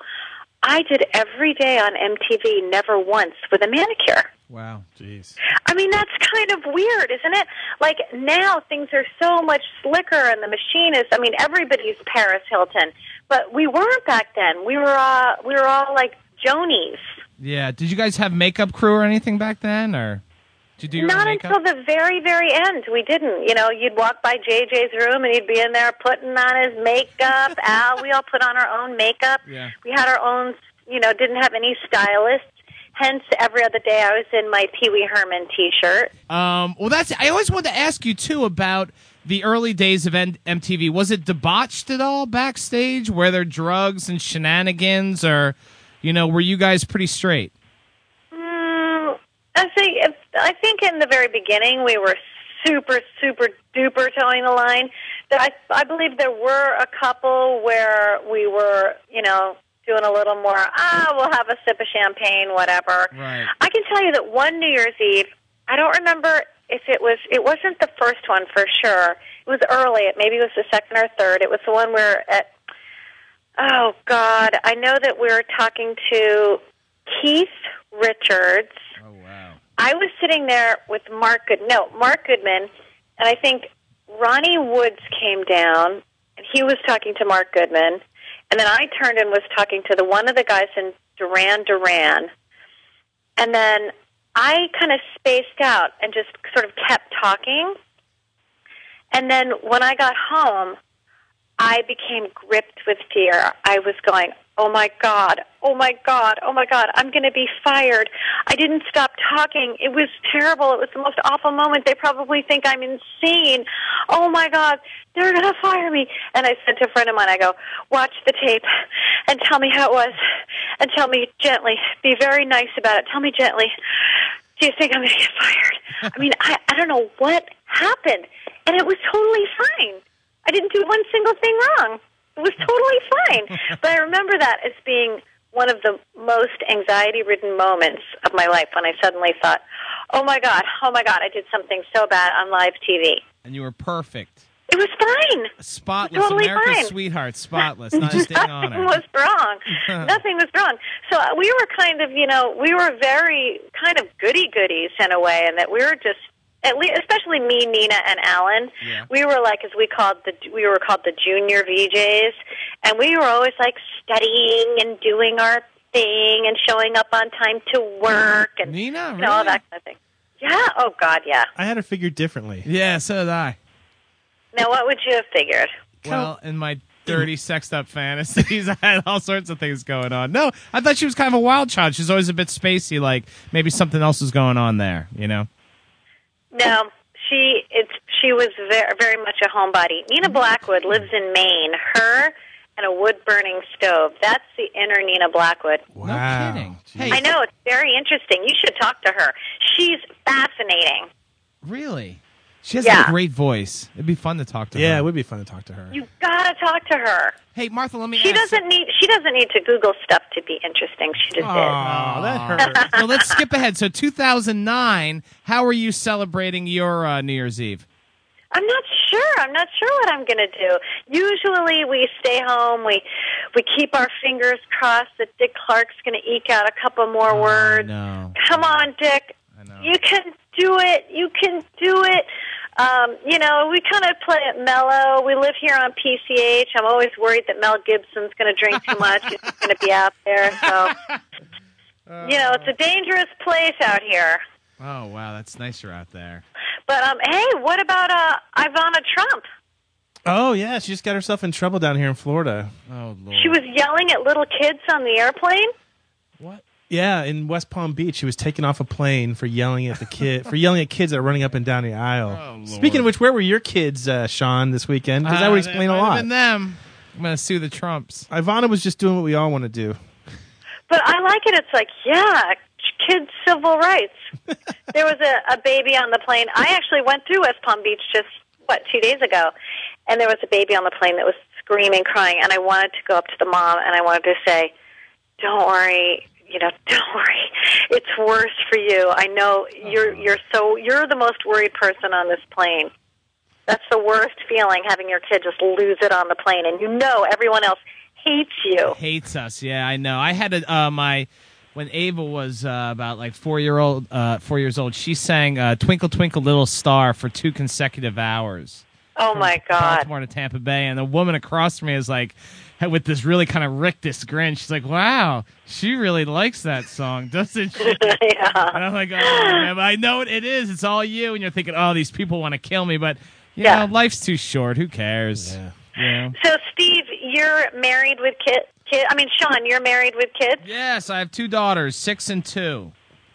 Speaker 9: I did every day on MTV, never once with a manicure.
Speaker 15: Wow, jeez.
Speaker 9: I mean, that's kind of weird, isn't it? Like now things are so much slicker, and the machine is. I mean, everybody's Paris Hilton, but we weren't back then. We were uh, we were all like Jonies.
Speaker 10: Yeah. Did you guys have makeup crew or anything back then, or did you do your own
Speaker 9: Not
Speaker 10: makeup?
Speaker 9: until the very, very end. We didn't. You know, you'd walk by JJ's room and he'd be in there putting on his
Speaker 10: *laughs*
Speaker 9: makeup. Al, we all put on our own makeup.
Speaker 16: Yeah.
Speaker 9: We had our own, you know, didn't have any stylists. Hence, every other day I was in my Pee Wee Herman t shirt.
Speaker 10: Um, well, that's. I always wanted to ask you too about the early days of N- MTV. Was it debauched at all backstage? Were there drugs and shenanigans, or you know, were you guys pretty straight?
Speaker 9: Mm, I think if, I think in the very beginning we were super, super duper towing the line. There- I, I believe there were a couple where we were, you know, doing a little more. Ah, we'll have a sip of champagne, whatever.
Speaker 16: Right.
Speaker 9: I can tell you that one New Year's Eve, I don't remember if it was it wasn't the first one for sure. It was early. It maybe was the second or third. It was the one where at Oh God, I know that we were talking to Keith Richards. Oh wow. I was sitting there with Mark Good no, Mark Goodman and I think Ronnie Woods came down and he was talking to Mark Goodman and then I turned and was talking to the one of the guys in Duran Duran and then I kind of spaced out and just sort of kept talking. And then when I got home, I became gripped with fear. I was going, oh my God, oh my God, oh my God, I'm going to be fired. I didn't stop talking. It was terrible. It was the most awful moment. They probably think I'm insane. Oh my God, they're going to fire me. And I said to a friend of mine, I go, watch the tape and tell me how it was and tell me gently. Be very nice about it. Tell me gently. Do you think I'm going to get fired? I mean, I, I don't know what happened. And it was totally fine. I didn't do one single thing wrong. It was totally fine. but I remember that as being one of the most anxiety ridden moments of my life when I suddenly thought, oh my God, oh my God, I did something so bad on live TV.
Speaker 10: And you were perfect,
Speaker 9: It was fine.
Speaker 10: spotless,
Speaker 9: Totally
Speaker 10: America's
Speaker 9: fine.
Speaker 10: sweetheart, spotless, not
Speaker 9: *laughs*
Speaker 10: a stain on
Speaker 9: Nothing
Speaker 10: her.
Speaker 9: was
Speaker 10: *laughs*
Speaker 9: wrong. Nothing was wrong. So uh, we were kind of, you know, we were very kind of goody goodies in a way, and that we were just, at least, especially me, Nina, and Alan. We were like, as we called the, we were called the junior VJs, and we were always like studying and doing our thing and showing up on time to work and
Speaker 10: Nina,
Speaker 9: you know, all that kind of thing. Yeah. Oh God. Yeah.
Speaker 15: I had her figured differently.
Speaker 10: Yeah, so did I.
Speaker 9: Now, what would you have figured?
Speaker 10: Well, in my dirty, sexed up fantasies. *laughs* I had all sorts of things going on. No, I thought she was kind of a wild child. She's always a bit spacey, like maybe something else is going on there, you know?
Speaker 9: No, she it's she was very very much a homebody. Nina
Speaker 10: Mm-hmm.
Speaker 9: Blackwood lives in Maine. Her and a wood burning stove. That's the inner Nina Blackwood.
Speaker 10: Wow. No kidding.
Speaker 9: I know it's very interesting. You should talk to her. She's fascinating.
Speaker 10: Really? She has
Speaker 9: Yeah.
Speaker 10: a great voice. It'd be fun to talk to her.
Speaker 17: Yeah, it would be fun to talk to her.
Speaker 9: You gotta talk to her.
Speaker 10: Hey Martha, let me.
Speaker 9: She doesn't need. She doesn't need to Google stuff to be interesting. She just
Speaker 10: Aw,
Speaker 9: is.
Speaker 10: that hurts. *laughs* well, let's skip ahead. So 2009, how are you celebrating your uh, New Year's Eve?
Speaker 9: I'm not sure. I'm not sure what I'm going to do. Usually we stay home. We we keep our fingers crossed that Dick Clark's going to eke out a couple more
Speaker 10: Oh,
Speaker 9: words.
Speaker 10: No.
Speaker 9: Come on, Dick. You can do it. You can do it. Um, you know, we kind of play it mellow. We live here on PCH. I'm always worried that Mel Gibson's going to drink too much. He's going to be out there. So, you know, it's a dangerous place out here.
Speaker 10: Oh wow, that's nice you're out there.
Speaker 9: But um, hey, what about uh, Ivana Trump?
Speaker 17: Oh yeah, she just got herself in trouble down here in Florida.
Speaker 10: Oh lord.
Speaker 9: She was yelling at little kids on the airplane.
Speaker 17: Yeah, in West Palm Beach, she was taken off a plane for yelling at the kid for yelling at kids that are running up and down the
Speaker 10: Oh,
Speaker 17: aisle. Speaking of which, where were your kids, uh, Sean, this weekend? Because that
Speaker 10: Uh,
Speaker 17: would
Speaker 10: it
Speaker 17: explain a
Speaker 10: might have
Speaker 17: lot.
Speaker 10: been them. I'm gonna sue the Trumps.
Speaker 17: Ivana was just doing what we all want to do.
Speaker 9: But I like it. It's like, yeah, kids' civil rights. there was a, a baby on the plane. I actually went through West Palm Beach just, what, two days ago. And there was a baby on the plane that was screaming, crying. And I wanted to go up to the mom and I wanted to say, don't worry. You know, *laughs* don't worry. It's worse for you. I know you're you're so you're the most worried person on this plane. That's the worst feeling having your kid just lose it on the plane, and you know everyone else hates you.
Speaker 10: Hates us. Yeah, I know. I had a, uh, my when Ava was uh, about like four year old, uh, four years old. She sang uh, "Twinkle Twinkle Little Star" for two consecutive hours.
Speaker 9: Oh my god.
Speaker 10: Baltimore to Tampa Bay, and the woman across from me is like, with this really kind of rictus grin, she's like, "Wow, she really likes that song, doesn't she?"
Speaker 9: *laughs*
Speaker 10: And I'm like, "Oh man, but I know it, it is. It's all you." And you're thinking, "Oh, these people want to kill me," but you
Speaker 9: Yeah.
Speaker 10: know, life's too short. Who cares? Yeah.
Speaker 9: So, Steve, you're married with kid. kid I mean, Sean, you're married with kids.
Speaker 10: Yes, I have two daughters, six and two.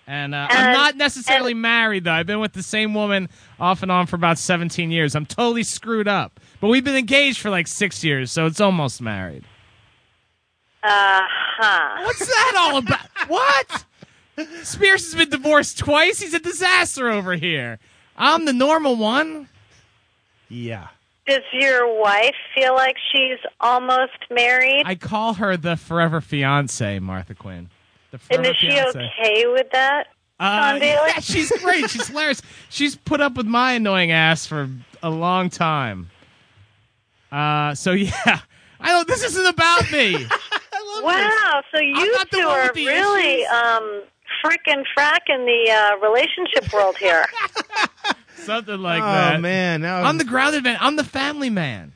Speaker 10: And uh, I'm not necessarily married, though. I've been with the same woman off and on for about 17 years. I'm totally screwed up. But we've been engaged for like six years, so it's almost married.
Speaker 9: Uh huh.
Speaker 10: What's that all about? what? Spears has been divorced twice. He's a disaster over here. I'm the normal one.
Speaker 17: Yeah.
Speaker 9: Does your wife feel like she's almost married?
Speaker 10: I call her the forever fiance, Martha Quinn. The
Speaker 9: and
Speaker 10: forever
Speaker 9: is she
Speaker 10: fiance.
Speaker 9: okay with that?
Speaker 10: Uh,
Speaker 9: Sean Daly?
Speaker 10: yeah, *laughs* she's great. She's hilarious. She's put up with my annoying ass for a long time. Uh, so yeah, I don't. This isn't
Speaker 17: *laughs*
Speaker 10: about me.
Speaker 9: wow. So you
Speaker 10: not the
Speaker 9: two
Speaker 10: one with
Speaker 9: are
Speaker 10: the
Speaker 9: really
Speaker 10: issues.
Speaker 9: um, frickin' fracking the uh, relationship
Speaker 10: *laughs*
Speaker 9: world here.
Speaker 10: Something like
Speaker 17: oh
Speaker 10: that.
Speaker 17: man, now
Speaker 10: I'm the grounded man. I'm the family man.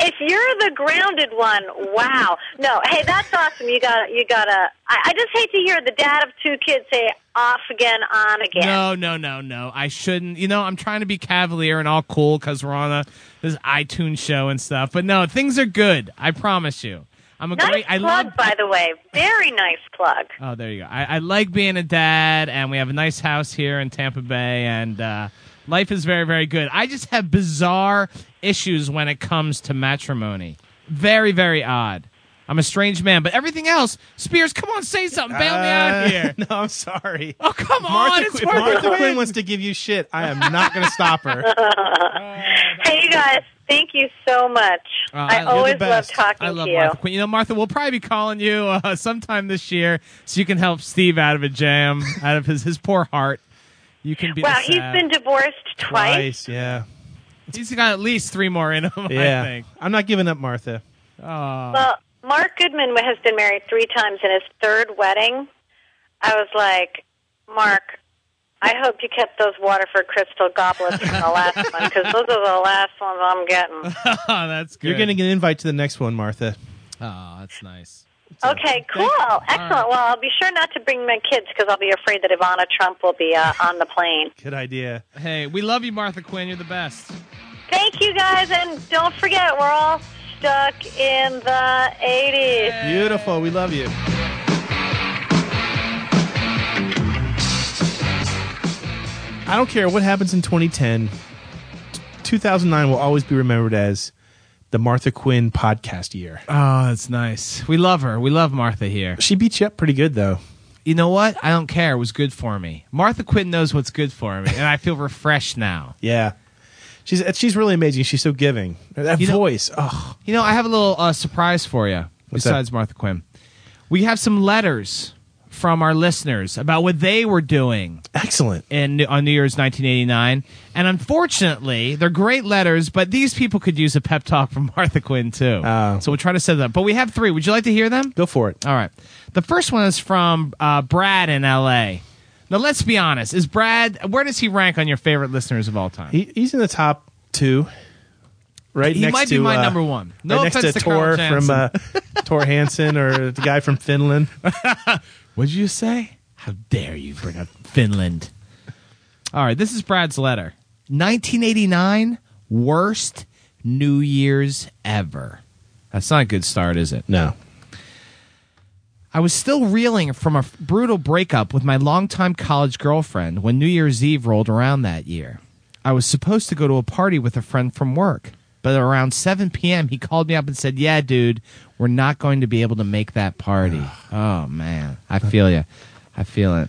Speaker 9: If you're the grounded one, wow. No, hey, that's awesome. You got, you got to. I, I just hate to hear the dad of two kids say off again, on again.
Speaker 10: No, no, no, no. I shouldn't. You know, I'm trying to be cavalier and all cool because we're on a this iTunes show and stuff. But no, things are good. I promise you. I'm a
Speaker 9: Nice
Speaker 10: great. I
Speaker 9: plug,
Speaker 10: love
Speaker 9: by the way. Very nice
Speaker 10: *laughs*
Speaker 9: plug.
Speaker 10: Oh, there you go. I, I like being a dad, and we have a nice house here in Tampa Bay, and uh, life is very, very good. I just have bizarre issues when it comes to matrimony. Very, very odd. I'm a strange man, but everything else, Spears, come on, say something. Bail me out of here.
Speaker 17: Uh, *laughs* no, I'm sorry.
Speaker 10: Oh, come on.
Speaker 17: Martha,
Speaker 10: It's
Speaker 17: Quinn-
Speaker 10: Martha,
Speaker 17: Martha
Speaker 10: Quinn.
Speaker 17: Quinn wants to give you shit. I am not going to stop her.
Speaker 9: Hey, you guys. Thank you so much.
Speaker 10: Uh,
Speaker 9: I
Speaker 10: you're the
Speaker 9: always love
Speaker 10: best.
Speaker 9: talking
Speaker 10: I love
Speaker 9: to you.
Speaker 10: Martha Quinn. You know, Martha, we'll probably be calling you uh, *laughs* sometime this year so you can help Steve out of a jam, *laughs* out of his, his poor heart. You can be. the
Speaker 9: Wow, he's
Speaker 10: sad-
Speaker 9: been divorced twice.
Speaker 17: yeah,
Speaker 10: He's got at least three more in him. *laughs* I
Speaker 17: yeah.
Speaker 10: think.
Speaker 17: I'm not giving up,
Speaker 10: *laughs*
Speaker 17: Martha.
Speaker 10: Oh.
Speaker 9: Well, Mark Goodman has been married three times in his third wedding. I was like, Mark, I hope you kept those Waterford crystal goblets from
Speaker 10: *laughs*
Speaker 9: the last one because those are the last ones I'm getting.
Speaker 10: Oh, that's good.
Speaker 17: You're going to get an invite to the next one, Martha.
Speaker 10: Oh, that's nice.
Speaker 9: Okay, cool. Excellent. Well, I'll be sure not to bring my kids because I'll be afraid that Ivana Trump will be uh, on the plane.
Speaker 17: Good idea.
Speaker 10: Hey, we love you, Martha Quinn. You're the best.
Speaker 9: Thank you guys, and don't forget, we're all
Speaker 14: stuck in the
Speaker 9: Uh,
Speaker 14: 80s.
Speaker 9: Beautiful. We love you. I don't care what happens in 2010. 2009 will always be remembered as the Martha Quinn podcast year.
Speaker 10: Oh, that's nice. We love her. We love Martha here.
Speaker 9: She beat you up pretty good, though.
Speaker 10: You know what? I don't care. It was good for me. Martha Quinn knows what's good for me, and I feel refreshed now.
Speaker 9: Yeah. She's she's really amazing. She's so giving. That
Speaker 10: You know-
Speaker 9: voice. oh.
Speaker 10: You know, I have a little uh, surprise for you.
Speaker 9: What's that?
Speaker 10: besides Martha Quinn, we have some letters from our listeners about what they were doing
Speaker 9: Excellent.
Speaker 10: in on New Year's 1989, and unfortunately, they're great letters, but these people could use a pep talk from *laughs* Martha Quinn too. so we'll try to set that. up. But we have three. Would you like to hear them?
Speaker 9: Oh. Go for it.
Speaker 10: All right. The first one is from uh, Brad in L.A. Now, let's be honest. Is Brad? Where does he rank on your favorite listeners of all time?
Speaker 9: He, he's in the top two. Right
Speaker 10: He
Speaker 9: next
Speaker 10: might be
Speaker 9: to,
Speaker 10: my
Speaker 9: uh,
Speaker 10: number one. No
Speaker 9: right next
Speaker 10: offense
Speaker 9: to
Speaker 10: to Carl
Speaker 9: Tor from uh, Tor Hansen or the guy from Finland.
Speaker 10: *laughs* What'd you say? How dare you bring up Finland? All right, this is Brad's letter. 1989, worst New Year's ever. That's not a good start, is it?
Speaker 9: No.
Speaker 10: I was still reeling from a f- brutal breakup with my longtime college girlfriend when New Year's Eve rolled around that year. I was supposed to go to a party with a friend from work, but around 7 p.m., he called me up and said, Yeah, dude, we're not going to be able to make that party. oh, man. I feel you. I feel it.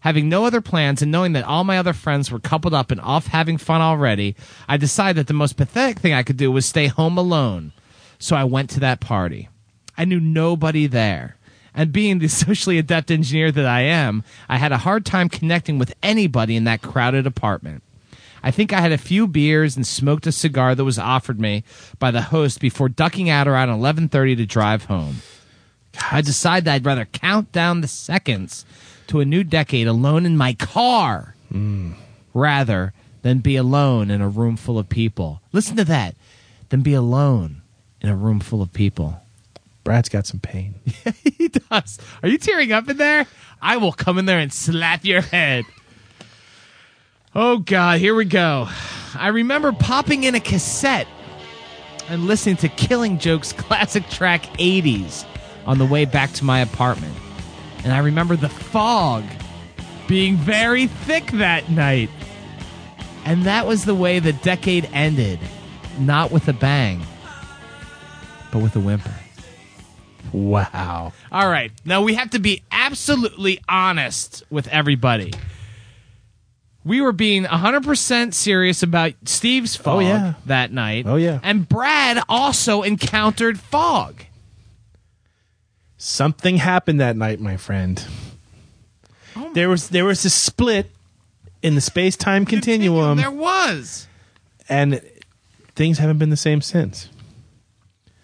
Speaker 10: Having no other plans and knowing that all my other friends were coupled up and off having fun already, I decided that the most pathetic thing I could do was stay home alone. So I went to that party. I knew nobody there. And being the *laughs* socially adept engineer that I am, I had a hard time connecting with anybody in that crowded apartment. I think I had a few beers and smoked a cigar that was offered me by the host before ducking out around 11:30 to drive home. I decided I'd rather count down the seconds to a new decade alone in my car rather than be alone in a room full of people. Listen to that. Than be alone in a room full of people.
Speaker 9: Brad's got some pain.
Speaker 10: *laughs* he does. Are you tearing up in there? I will come in there and slap your head. Oh, God, here we go. I remember popping in a cassette and listening to Killing Joke's classic track 80s on the way back to my apartment. And I remember the fog being very thick that night. And that was the way the decade ended. Not with a bang, but with a whimper.
Speaker 9: Wow.
Speaker 10: All right. Now we have to be absolutely honest with everybody. We were being 100% serious about Steve's fog
Speaker 9: Oh, yeah.
Speaker 10: that night.
Speaker 9: Oh, yeah.
Speaker 10: And Brad also encountered fog.
Speaker 9: Something happened that night, my friend. there was there was a split in the space time continuum,
Speaker 10: There was.
Speaker 9: and things haven't been the same since.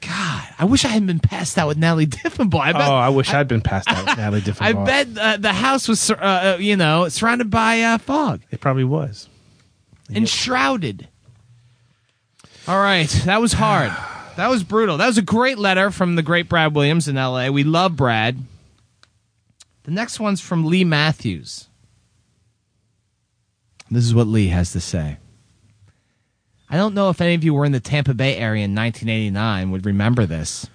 Speaker 10: God, I wish I hadn't been passed out with Natalie *laughs* Diffenbaugh. I bet,
Speaker 9: oh, I wish I, had been
Speaker 10: *laughs*
Speaker 9: passed out with Natalie
Speaker 10: I
Speaker 9: Diffenbaugh.
Speaker 10: bet uh, the house was, sur- uh, uh, you know, surrounded by uh, fog.
Speaker 9: it probably was.
Speaker 10: enshrouded. All right, that was
Speaker 9: *sighs*
Speaker 10: hard. That was brutal. That was a great letter from the great Brad Williams in LA. We love Brad. The next one's from Lee Matthews. This is what Lee has to say. I don't know if any of you were in the Tampa Bay area in 1989 would remember this.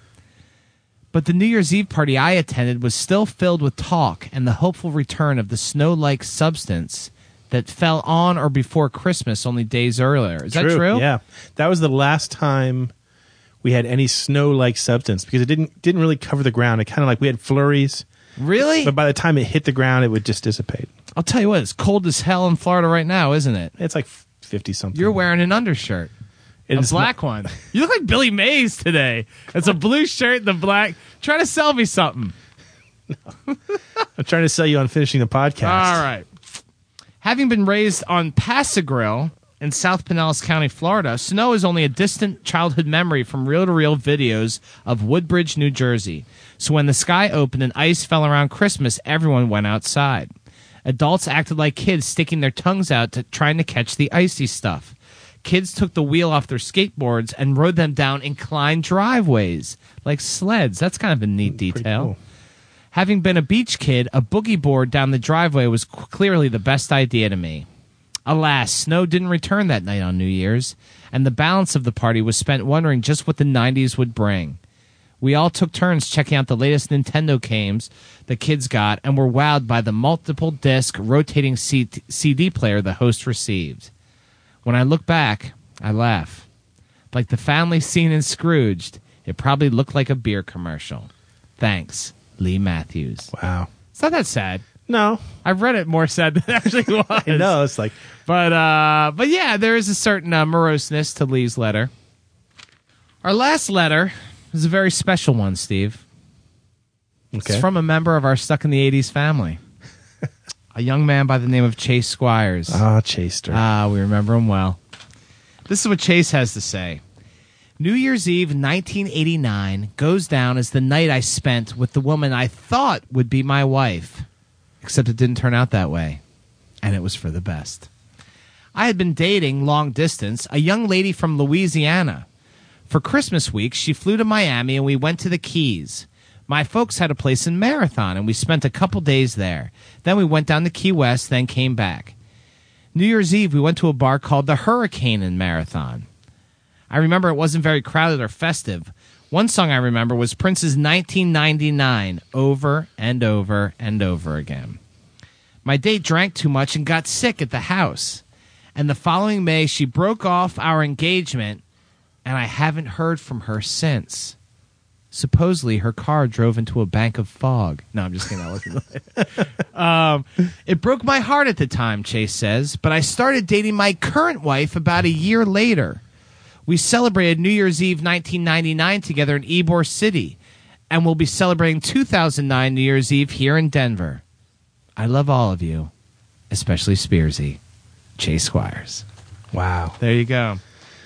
Speaker 10: But the New Year's Eve party I attended was still filled with talk and the hopeful return of the snow like substance that fell on or before Christmas only days earlier. Is that true?
Speaker 9: Yeah, that was the last time we had any snow-like substance because it didn't didn't really cover the ground. It kind of like we had flurries,
Speaker 10: Really?
Speaker 9: but by the time it hit the ground, it would just dissipate.
Speaker 10: I'll tell you what, it's cold as hell in Florida right now, isn't it?
Speaker 9: It's like fifty something.
Speaker 10: You're wearing an undershirt.
Speaker 9: It
Speaker 10: a
Speaker 9: is
Speaker 10: black
Speaker 9: not-
Speaker 10: one. You look like Billy Mays today. It's a blue shirt, the black. Try to sell me something.
Speaker 9: I'm trying to sell you on finishing the podcast.
Speaker 10: All right. Having been raised on Pasagrill in South Pinellas County, Florida, snow is only a distant childhood memory from reel to reel videos of Woodbridge, New Jersey. So when the sky opened and ice fell around Christmas, everyone went outside. Adults acted like kids, sticking their tongues out to trying to catch the icy stuff. Kids took the wheel off their skateboards and rode them down inclined driveways like sleds. That's kind of a neat detail.
Speaker 9: cool.
Speaker 10: Having been a beach kid, a boogie board down the driveway was c- clearly the best idea to me. Alas, snow didn't return that night on New Year's, and the balance of the party was spent wondering just what the 90s would bring. We all took turns checking out the latest Nintendo games the kids got and were wowed by the multiple disc rotating C- CD player the host received. When I look back, I laugh. Like the family scene in Scrooged, it probably looked like a beer commercial. Thanks, Lee Matthews.
Speaker 9: Wow.
Speaker 10: It's not that sad.
Speaker 9: No.
Speaker 10: I've read it more sad than it actually was.
Speaker 9: *laughs* I know. It's like,
Speaker 10: But uh, but yeah, there is a certain uh, moroseness to Lee's letter. Our last letter is a very special one, Steve. It's
Speaker 9: Okay.
Speaker 10: from a member of our Stuck in the 80s
Speaker 9: *laughs*
Speaker 10: family. a young man by the name of Chase Squires.
Speaker 9: ah, Chaster.
Speaker 10: Ah, we remember him well. This is what Chase has to say. New Year's Eve 1989 goes down as the night I spent with the woman I thought would be my wife, except it didn't turn out that way, and it was for the best. I had been dating long distance a young lady from Louisiana. For Christmas week, she flew to Miami and we went to the Keys. My folks had a place in Marathon and we spent a couple days there. Then we went down to Key West, then came back. New Year's Eve, we went to a bar called the Hurricane in Marathon. I remember it wasn't very crowded or festive. One song I remember was Prince's 1999 over and over and over again. My date drank too much and got sick at the house. And the following May, she broke off our engagement, and I haven't heard from her since. Supposedly, her car drove into a bank of fog. No, I'm just kidding. That wasn't *laughs* um, it broke my heart at the time, Chase says, but I started dating my current wife about a year later. We celebrated New Year's Eve 1999 together in Ybor City, and we'll be celebrating 2009 New Year's Eve here in Denver. I love all of you, especially Spearsy, Chase Squires.
Speaker 9: wow.
Speaker 10: There you go.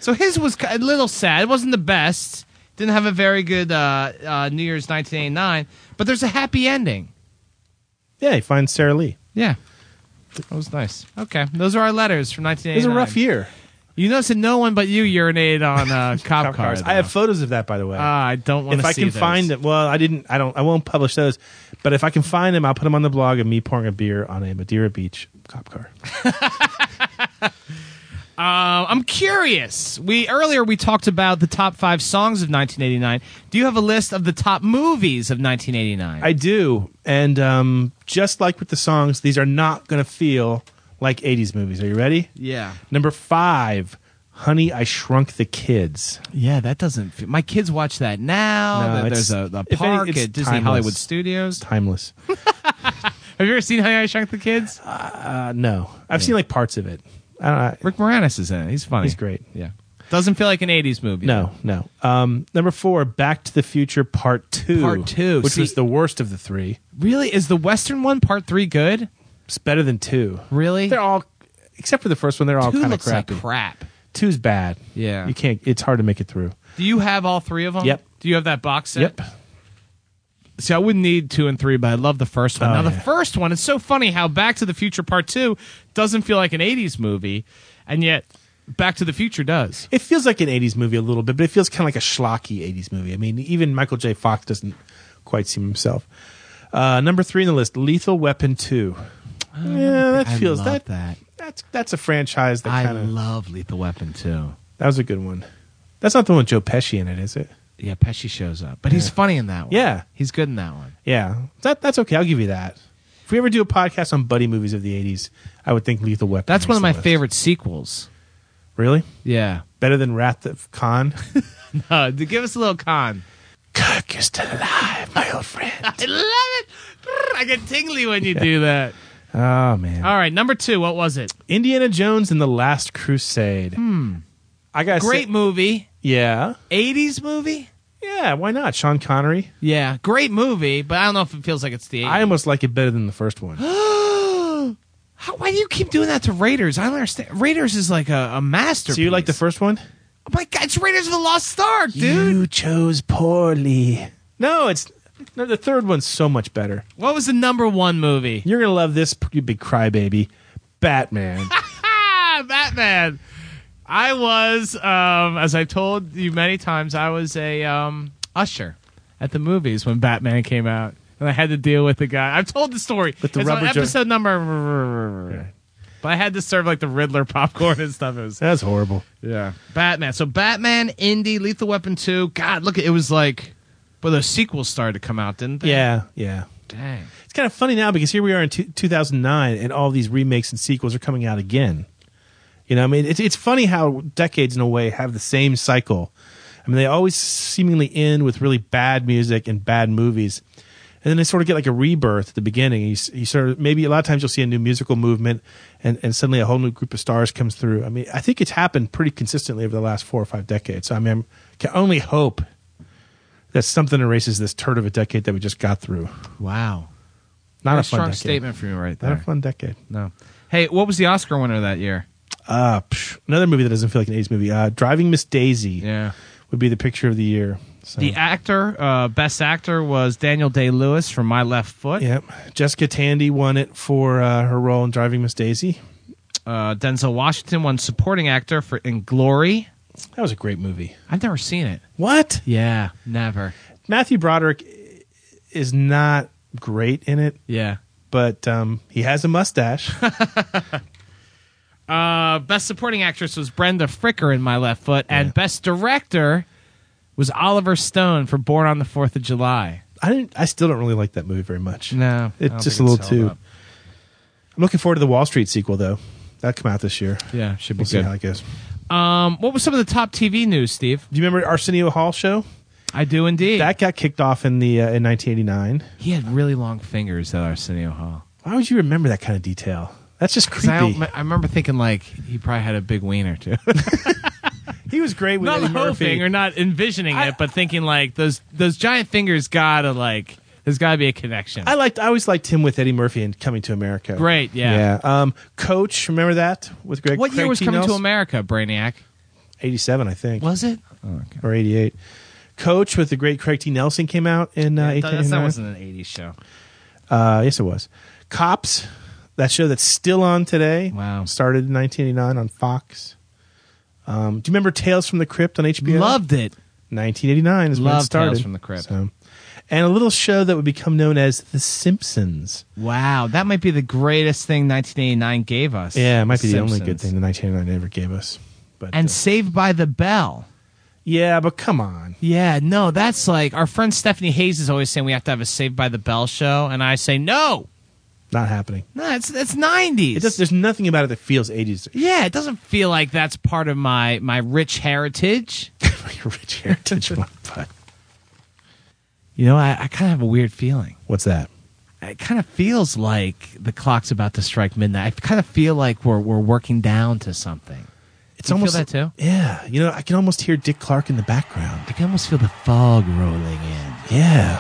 Speaker 10: So his was ki- a little sad. It wasn't the best. Didn't have a very good uh, uh, New Year's 1989, but there's a happy ending.
Speaker 9: Yeah, he finds Sarah Lee.
Speaker 10: Yeah. That was nice. Okay. Those are our letters from
Speaker 9: It
Speaker 10: 1989.
Speaker 9: was a rough year.
Speaker 10: You notice that no one but you urinated on
Speaker 9: *laughs*
Speaker 10: uh, cop,
Speaker 9: Cop
Speaker 10: cars.
Speaker 9: cars. I have photos of that, by the way.
Speaker 10: Ah, I don't want
Speaker 9: if
Speaker 10: to
Speaker 9: I
Speaker 10: see
Speaker 9: can
Speaker 10: those.
Speaker 9: find them, well, I didn't. I don't. I won't publish those. But if I can find them, I'll put them on the blog of me pouring a beer on a Madeira Beach cop car.
Speaker 10: Uh, I'm curious. We earlier we talked about the top five songs of 1989. Do you have a list of the top movies of 1989?
Speaker 9: I do, and um, just like with the songs, these are not going to feel like '80s movies. Are you ready?
Speaker 10: yeah.
Speaker 9: Number five, Honey, I Shrunk the Kids.
Speaker 10: Yeah, that doesn't. Feel, my kids watch that now.
Speaker 9: No,
Speaker 10: There- there's a,
Speaker 9: it's-
Speaker 10: a
Speaker 9: if any,
Speaker 10: park
Speaker 9: it's
Speaker 10: at Disney
Speaker 9: timeless.
Speaker 10: Hollywood Studios.
Speaker 9: Timeless.
Speaker 10: *laughs* Have you ever seen How I Shrunk the Kids?
Speaker 9: Uh, no, I've seen like parts of it. Uh,
Speaker 10: Rick Moranis is in it. He's funny.
Speaker 9: he's great.
Speaker 10: Yeah. Doesn't feel like an 80s movie.
Speaker 9: No, no. Um, number four, Back to the Future Part Two.
Speaker 10: Part Two.
Speaker 9: which
Speaker 10: See-
Speaker 9: was the worst of the three.
Speaker 10: Really? Is the Western one part three good?
Speaker 9: It's better than two.
Speaker 10: Really?
Speaker 9: They're all, except for the first one, they're all
Speaker 10: Two
Speaker 9: kind of
Speaker 10: looks like
Speaker 9: crappy.
Speaker 10: crap.
Speaker 9: Two's bad.
Speaker 10: Yeah.
Speaker 9: you can't. It's hard to make it through.
Speaker 10: Do you have all three of them?
Speaker 9: Yep.
Speaker 10: Do you have that box set?
Speaker 9: Yep.
Speaker 10: See, I wouldn't need two and three, but I love the first one.
Speaker 9: Oh,
Speaker 10: now, the
Speaker 9: yeah.
Speaker 10: first one, it's so funny how Back to the Future Part 2 doesn't feel like an 80s movie, and yet Back to the Future does.
Speaker 9: It feels like an '80s movie a little bit, but it feels kind of like a schlocky '80s movie. I mean, even Michael J. Fox doesn't quite seem himself. Uh, number three in the list, Lethal Weapon Two. yeah, that feels that, That's that's a franchise that kind of
Speaker 10: love Lethal Weapon 2.
Speaker 9: that was a good one. That's not the one with Joe Pesci in it, is it?
Speaker 10: Yeah, Pesci shows up, but he's funny in that one.
Speaker 9: Yeah.
Speaker 10: He's good in that one.
Speaker 9: Yeah, that that's okay. I'll give you that. If we ever do a podcast on buddy movies of the '80s, I would think Lethal Weapon.
Speaker 10: That's
Speaker 9: makes
Speaker 10: one of
Speaker 9: the
Speaker 10: my
Speaker 9: list.
Speaker 10: favorite sequels.
Speaker 9: Really,
Speaker 10: Yeah. *laughs*
Speaker 9: better than Wrath of Khan. *laughs*
Speaker 10: Uh, give us a little con.
Speaker 9: Kirk, you're still alive, my old friend.
Speaker 10: I love it. Brr, I get tingly when you do that.
Speaker 9: Oh man,
Speaker 10: All right, number two, what was it?
Speaker 9: Indiana Jones and the Last Crusade. Hmm. I got
Speaker 10: Great movie.
Speaker 9: yeah,
Speaker 10: 80s movie?
Speaker 9: yeah. Why not Sean Connery?
Speaker 10: Yeah, great movie, but I don't know if it feels like it's the 80s.
Speaker 9: I almost like it better than the first one.
Speaker 10: *gasps* How, why do you keep doing that to Raiders? I don't understand. Raiders is like a, a masterpiece.
Speaker 9: so you like the first one?
Speaker 10: Oh my God, it's Raiders of the Lost Ark, dude.
Speaker 9: You chose poorly. No, it's no, the third one's so much better.
Speaker 10: What was the number one movie?
Speaker 9: You're gonna love this, you big crybaby. Batman.
Speaker 10: Ah, *laughs* Batman. I was, um, as I've told you many times, I was a um, usher at the movies when Batman came out, and I had to deal with the guy. I've told the story.
Speaker 9: With the
Speaker 10: it's
Speaker 9: rubber
Speaker 10: on
Speaker 9: jo-
Speaker 10: episode number. But I had to serve like the Riddler popcorn and stuff. It was
Speaker 9: That's horrible.
Speaker 10: Yeah. Batman. So Batman, Indy, Lethal Weapon 2. God, look, it was like, well, those sequels started to come out, didn't they?
Speaker 9: Yeah, yeah.
Speaker 10: Dang.
Speaker 9: It's kind of funny now because here we are in two, 2009 and all these remakes and sequels are coming out again. You know, I mean, it's, it's funny how decades in a way have the same cycle. I mean, they always seemingly end with really bad music and bad movies. And then they sort of get like a rebirth at the beginning. You, s- you sort of, maybe a lot of times you'll see a new musical movement and, and suddenly a whole new group of stars comes through. I mean, I think it's happened pretty consistently over the last four or five decades. So I mean, I can only hope that something erases this turd of a decade that we just got through.
Speaker 10: Wow.
Speaker 9: Not
Speaker 10: Very
Speaker 9: a fun
Speaker 10: strong
Speaker 9: decade.
Speaker 10: statement from you right
Speaker 9: Not
Speaker 10: there.
Speaker 9: a fun decade.
Speaker 10: No. Hey, what was the Oscar winner that year?
Speaker 9: Uh, psh, another movie that doesn't feel like an 80s movie. Uh, Driving Miss Daisy
Speaker 10: yeah.
Speaker 9: would be the picture of the year. So.
Speaker 10: The actor, uh, best actor, was Daniel Day Lewis from My Left Foot.
Speaker 9: Yep. Jessica Tandy won it for uh, her role in Driving Miss Daisy.
Speaker 10: Uh, Denzel Washington won supporting actor for In Glory.
Speaker 9: That was a great movie.
Speaker 10: I've never seen it.
Speaker 9: What?
Speaker 10: Yeah, never.
Speaker 9: Matthew Broderick is not great in it,
Speaker 10: Yeah.
Speaker 9: but um, he has
Speaker 10: *laughs*
Speaker 9: a mustache.
Speaker 10: Uh, best supporting actress was Brenda Fricker in My Left Foot, and best director was Oliver Stone for Born on the Fourth of July.
Speaker 9: I didn't. I still don't really like that movie very much.
Speaker 10: No, I don't
Speaker 9: it's just a
Speaker 10: think
Speaker 9: little
Speaker 10: it's held
Speaker 9: too.
Speaker 10: up.
Speaker 9: I'm looking forward to the Wall Street sequel though. That come out this year.
Speaker 10: Yeah, should be
Speaker 9: we'll see
Speaker 10: good.
Speaker 9: how it goes.
Speaker 10: Um, what was some of the top TV news, Steve?
Speaker 9: Do you remember Arsenio Hall show?
Speaker 10: I do indeed.
Speaker 9: That got kicked off in the uh, in 1989.
Speaker 10: he had really long fingers at Arsenio Hall.
Speaker 9: Why would you remember that kind of detail? That's just
Speaker 10: 'Cause
Speaker 9: creepy.
Speaker 10: I, don't- I remember thinking like he probably had a big wiener
Speaker 9: *laughs*
Speaker 10: too.
Speaker 9: he was great with
Speaker 10: not
Speaker 9: Eddie Murphy.
Speaker 10: hoping or not envisioning it, but thinking like those those giant fingers gotta like there's gotta be a connection.
Speaker 9: I liked. I always liked him with Eddie Murphy in Coming to America.
Speaker 10: Great, yeah.
Speaker 9: Yeah. Um, Coach, remember that with Greg?
Speaker 10: what year
Speaker 9: Craig
Speaker 10: was
Speaker 9: T.
Speaker 10: coming to
Speaker 9: Nelson?
Speaker 10: America, Brainiac?
Speaker 9: 87, I think,
Speaker 10: Was it?
Speaker 9: or 88. Coach with the great Craig T. Nelson came out in uh,
Speaker 10: That- that
Speaker 9: 1889.
Speaker 10: wasn't an '80s show.
Speaker 9: Uh, yes, it was. Cops, that show that's still on today.
Speaker 10: Wow.
Speaker 9: Started in 1989 on Fox. Um, do you remember Tales from the Crypt on HBO?
Speaker 10: Loved it.
Speaker 9: 1989 is when it
Speaker 10: Loved
Speaker 9: started.
Speaker 10: Tales from the Crypt.
Speaker 9: So- and a little show that would become known as The Simpsons.
Speaker 10: Wow, that might be the greatest thing 1989 gave us.
Speaker 9: Yeah, it might be the only good
Speaker 10: Simpsons.
Speaker 9: thing the 1989 ever gave us. But
Speaker 10: And
Speaker 9: uh,
Speaker 10: Saved by the Bell.
Speaker 9: yeah, but come on.
Speaker 10: Yeah, no, that's like our friend Stephanie Hayes is always saying we have to have a Saved by the Bell show, and I say no,
Speaker 9: Not happening.
Speaker 10: no, it's that's 90s.
Speaker 9: It just, there's nothing about it that feels *laughs* 80s.
Speaker 10: Yeah, it doesn't feel like that's part of my my rich heritage.
Speaker 9: Rich *laughs* heritage. my butt.
Speaker 10: You know, I, I kind of have a weird feeling.
Speaker 9: What's that?
Speaker 10: It kind of feels like the clock's about to strike midnight. I kind of feel like we're we're working down to something.
Speaker 9: It's
Speaker 10: You feel
Speaker 9: almost
Speaker 10: that too?
Speaker 9: Yeah, you know, I can almost hear Dick Clark in the background.
Speaker 10: I can almost feel the fog rolling in.
Speaker 9: Yeah,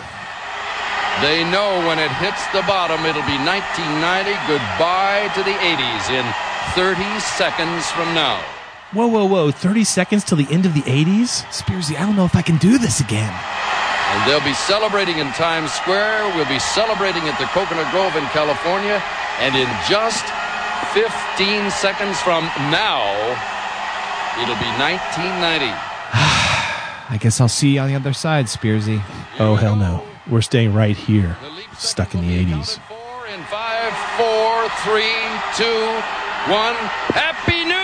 Speaker 1: They know when it hits the bottom, it'll be 1990. Goodbye to the 80s in 30 seconds from now.
Speaker 9: whoa, whoa, whoa! Thirty seconds till the end of the '80s.
Speaker 10: Spearsy, I don't know if I can do this again.
Speaker 1: And they'll be celebrating in Times Square. We'll be celebrating at the Coconut Grove in California. And in just 15 seconds from now, it'll be 1990.
Speaker 10: I guess I'll see you on the other side, Spearsy.
Speaker 9: Oh hell no! We're staying right here, stuck in the '80s.
Speaker 1: Four in five, four, three, two, one. Happy New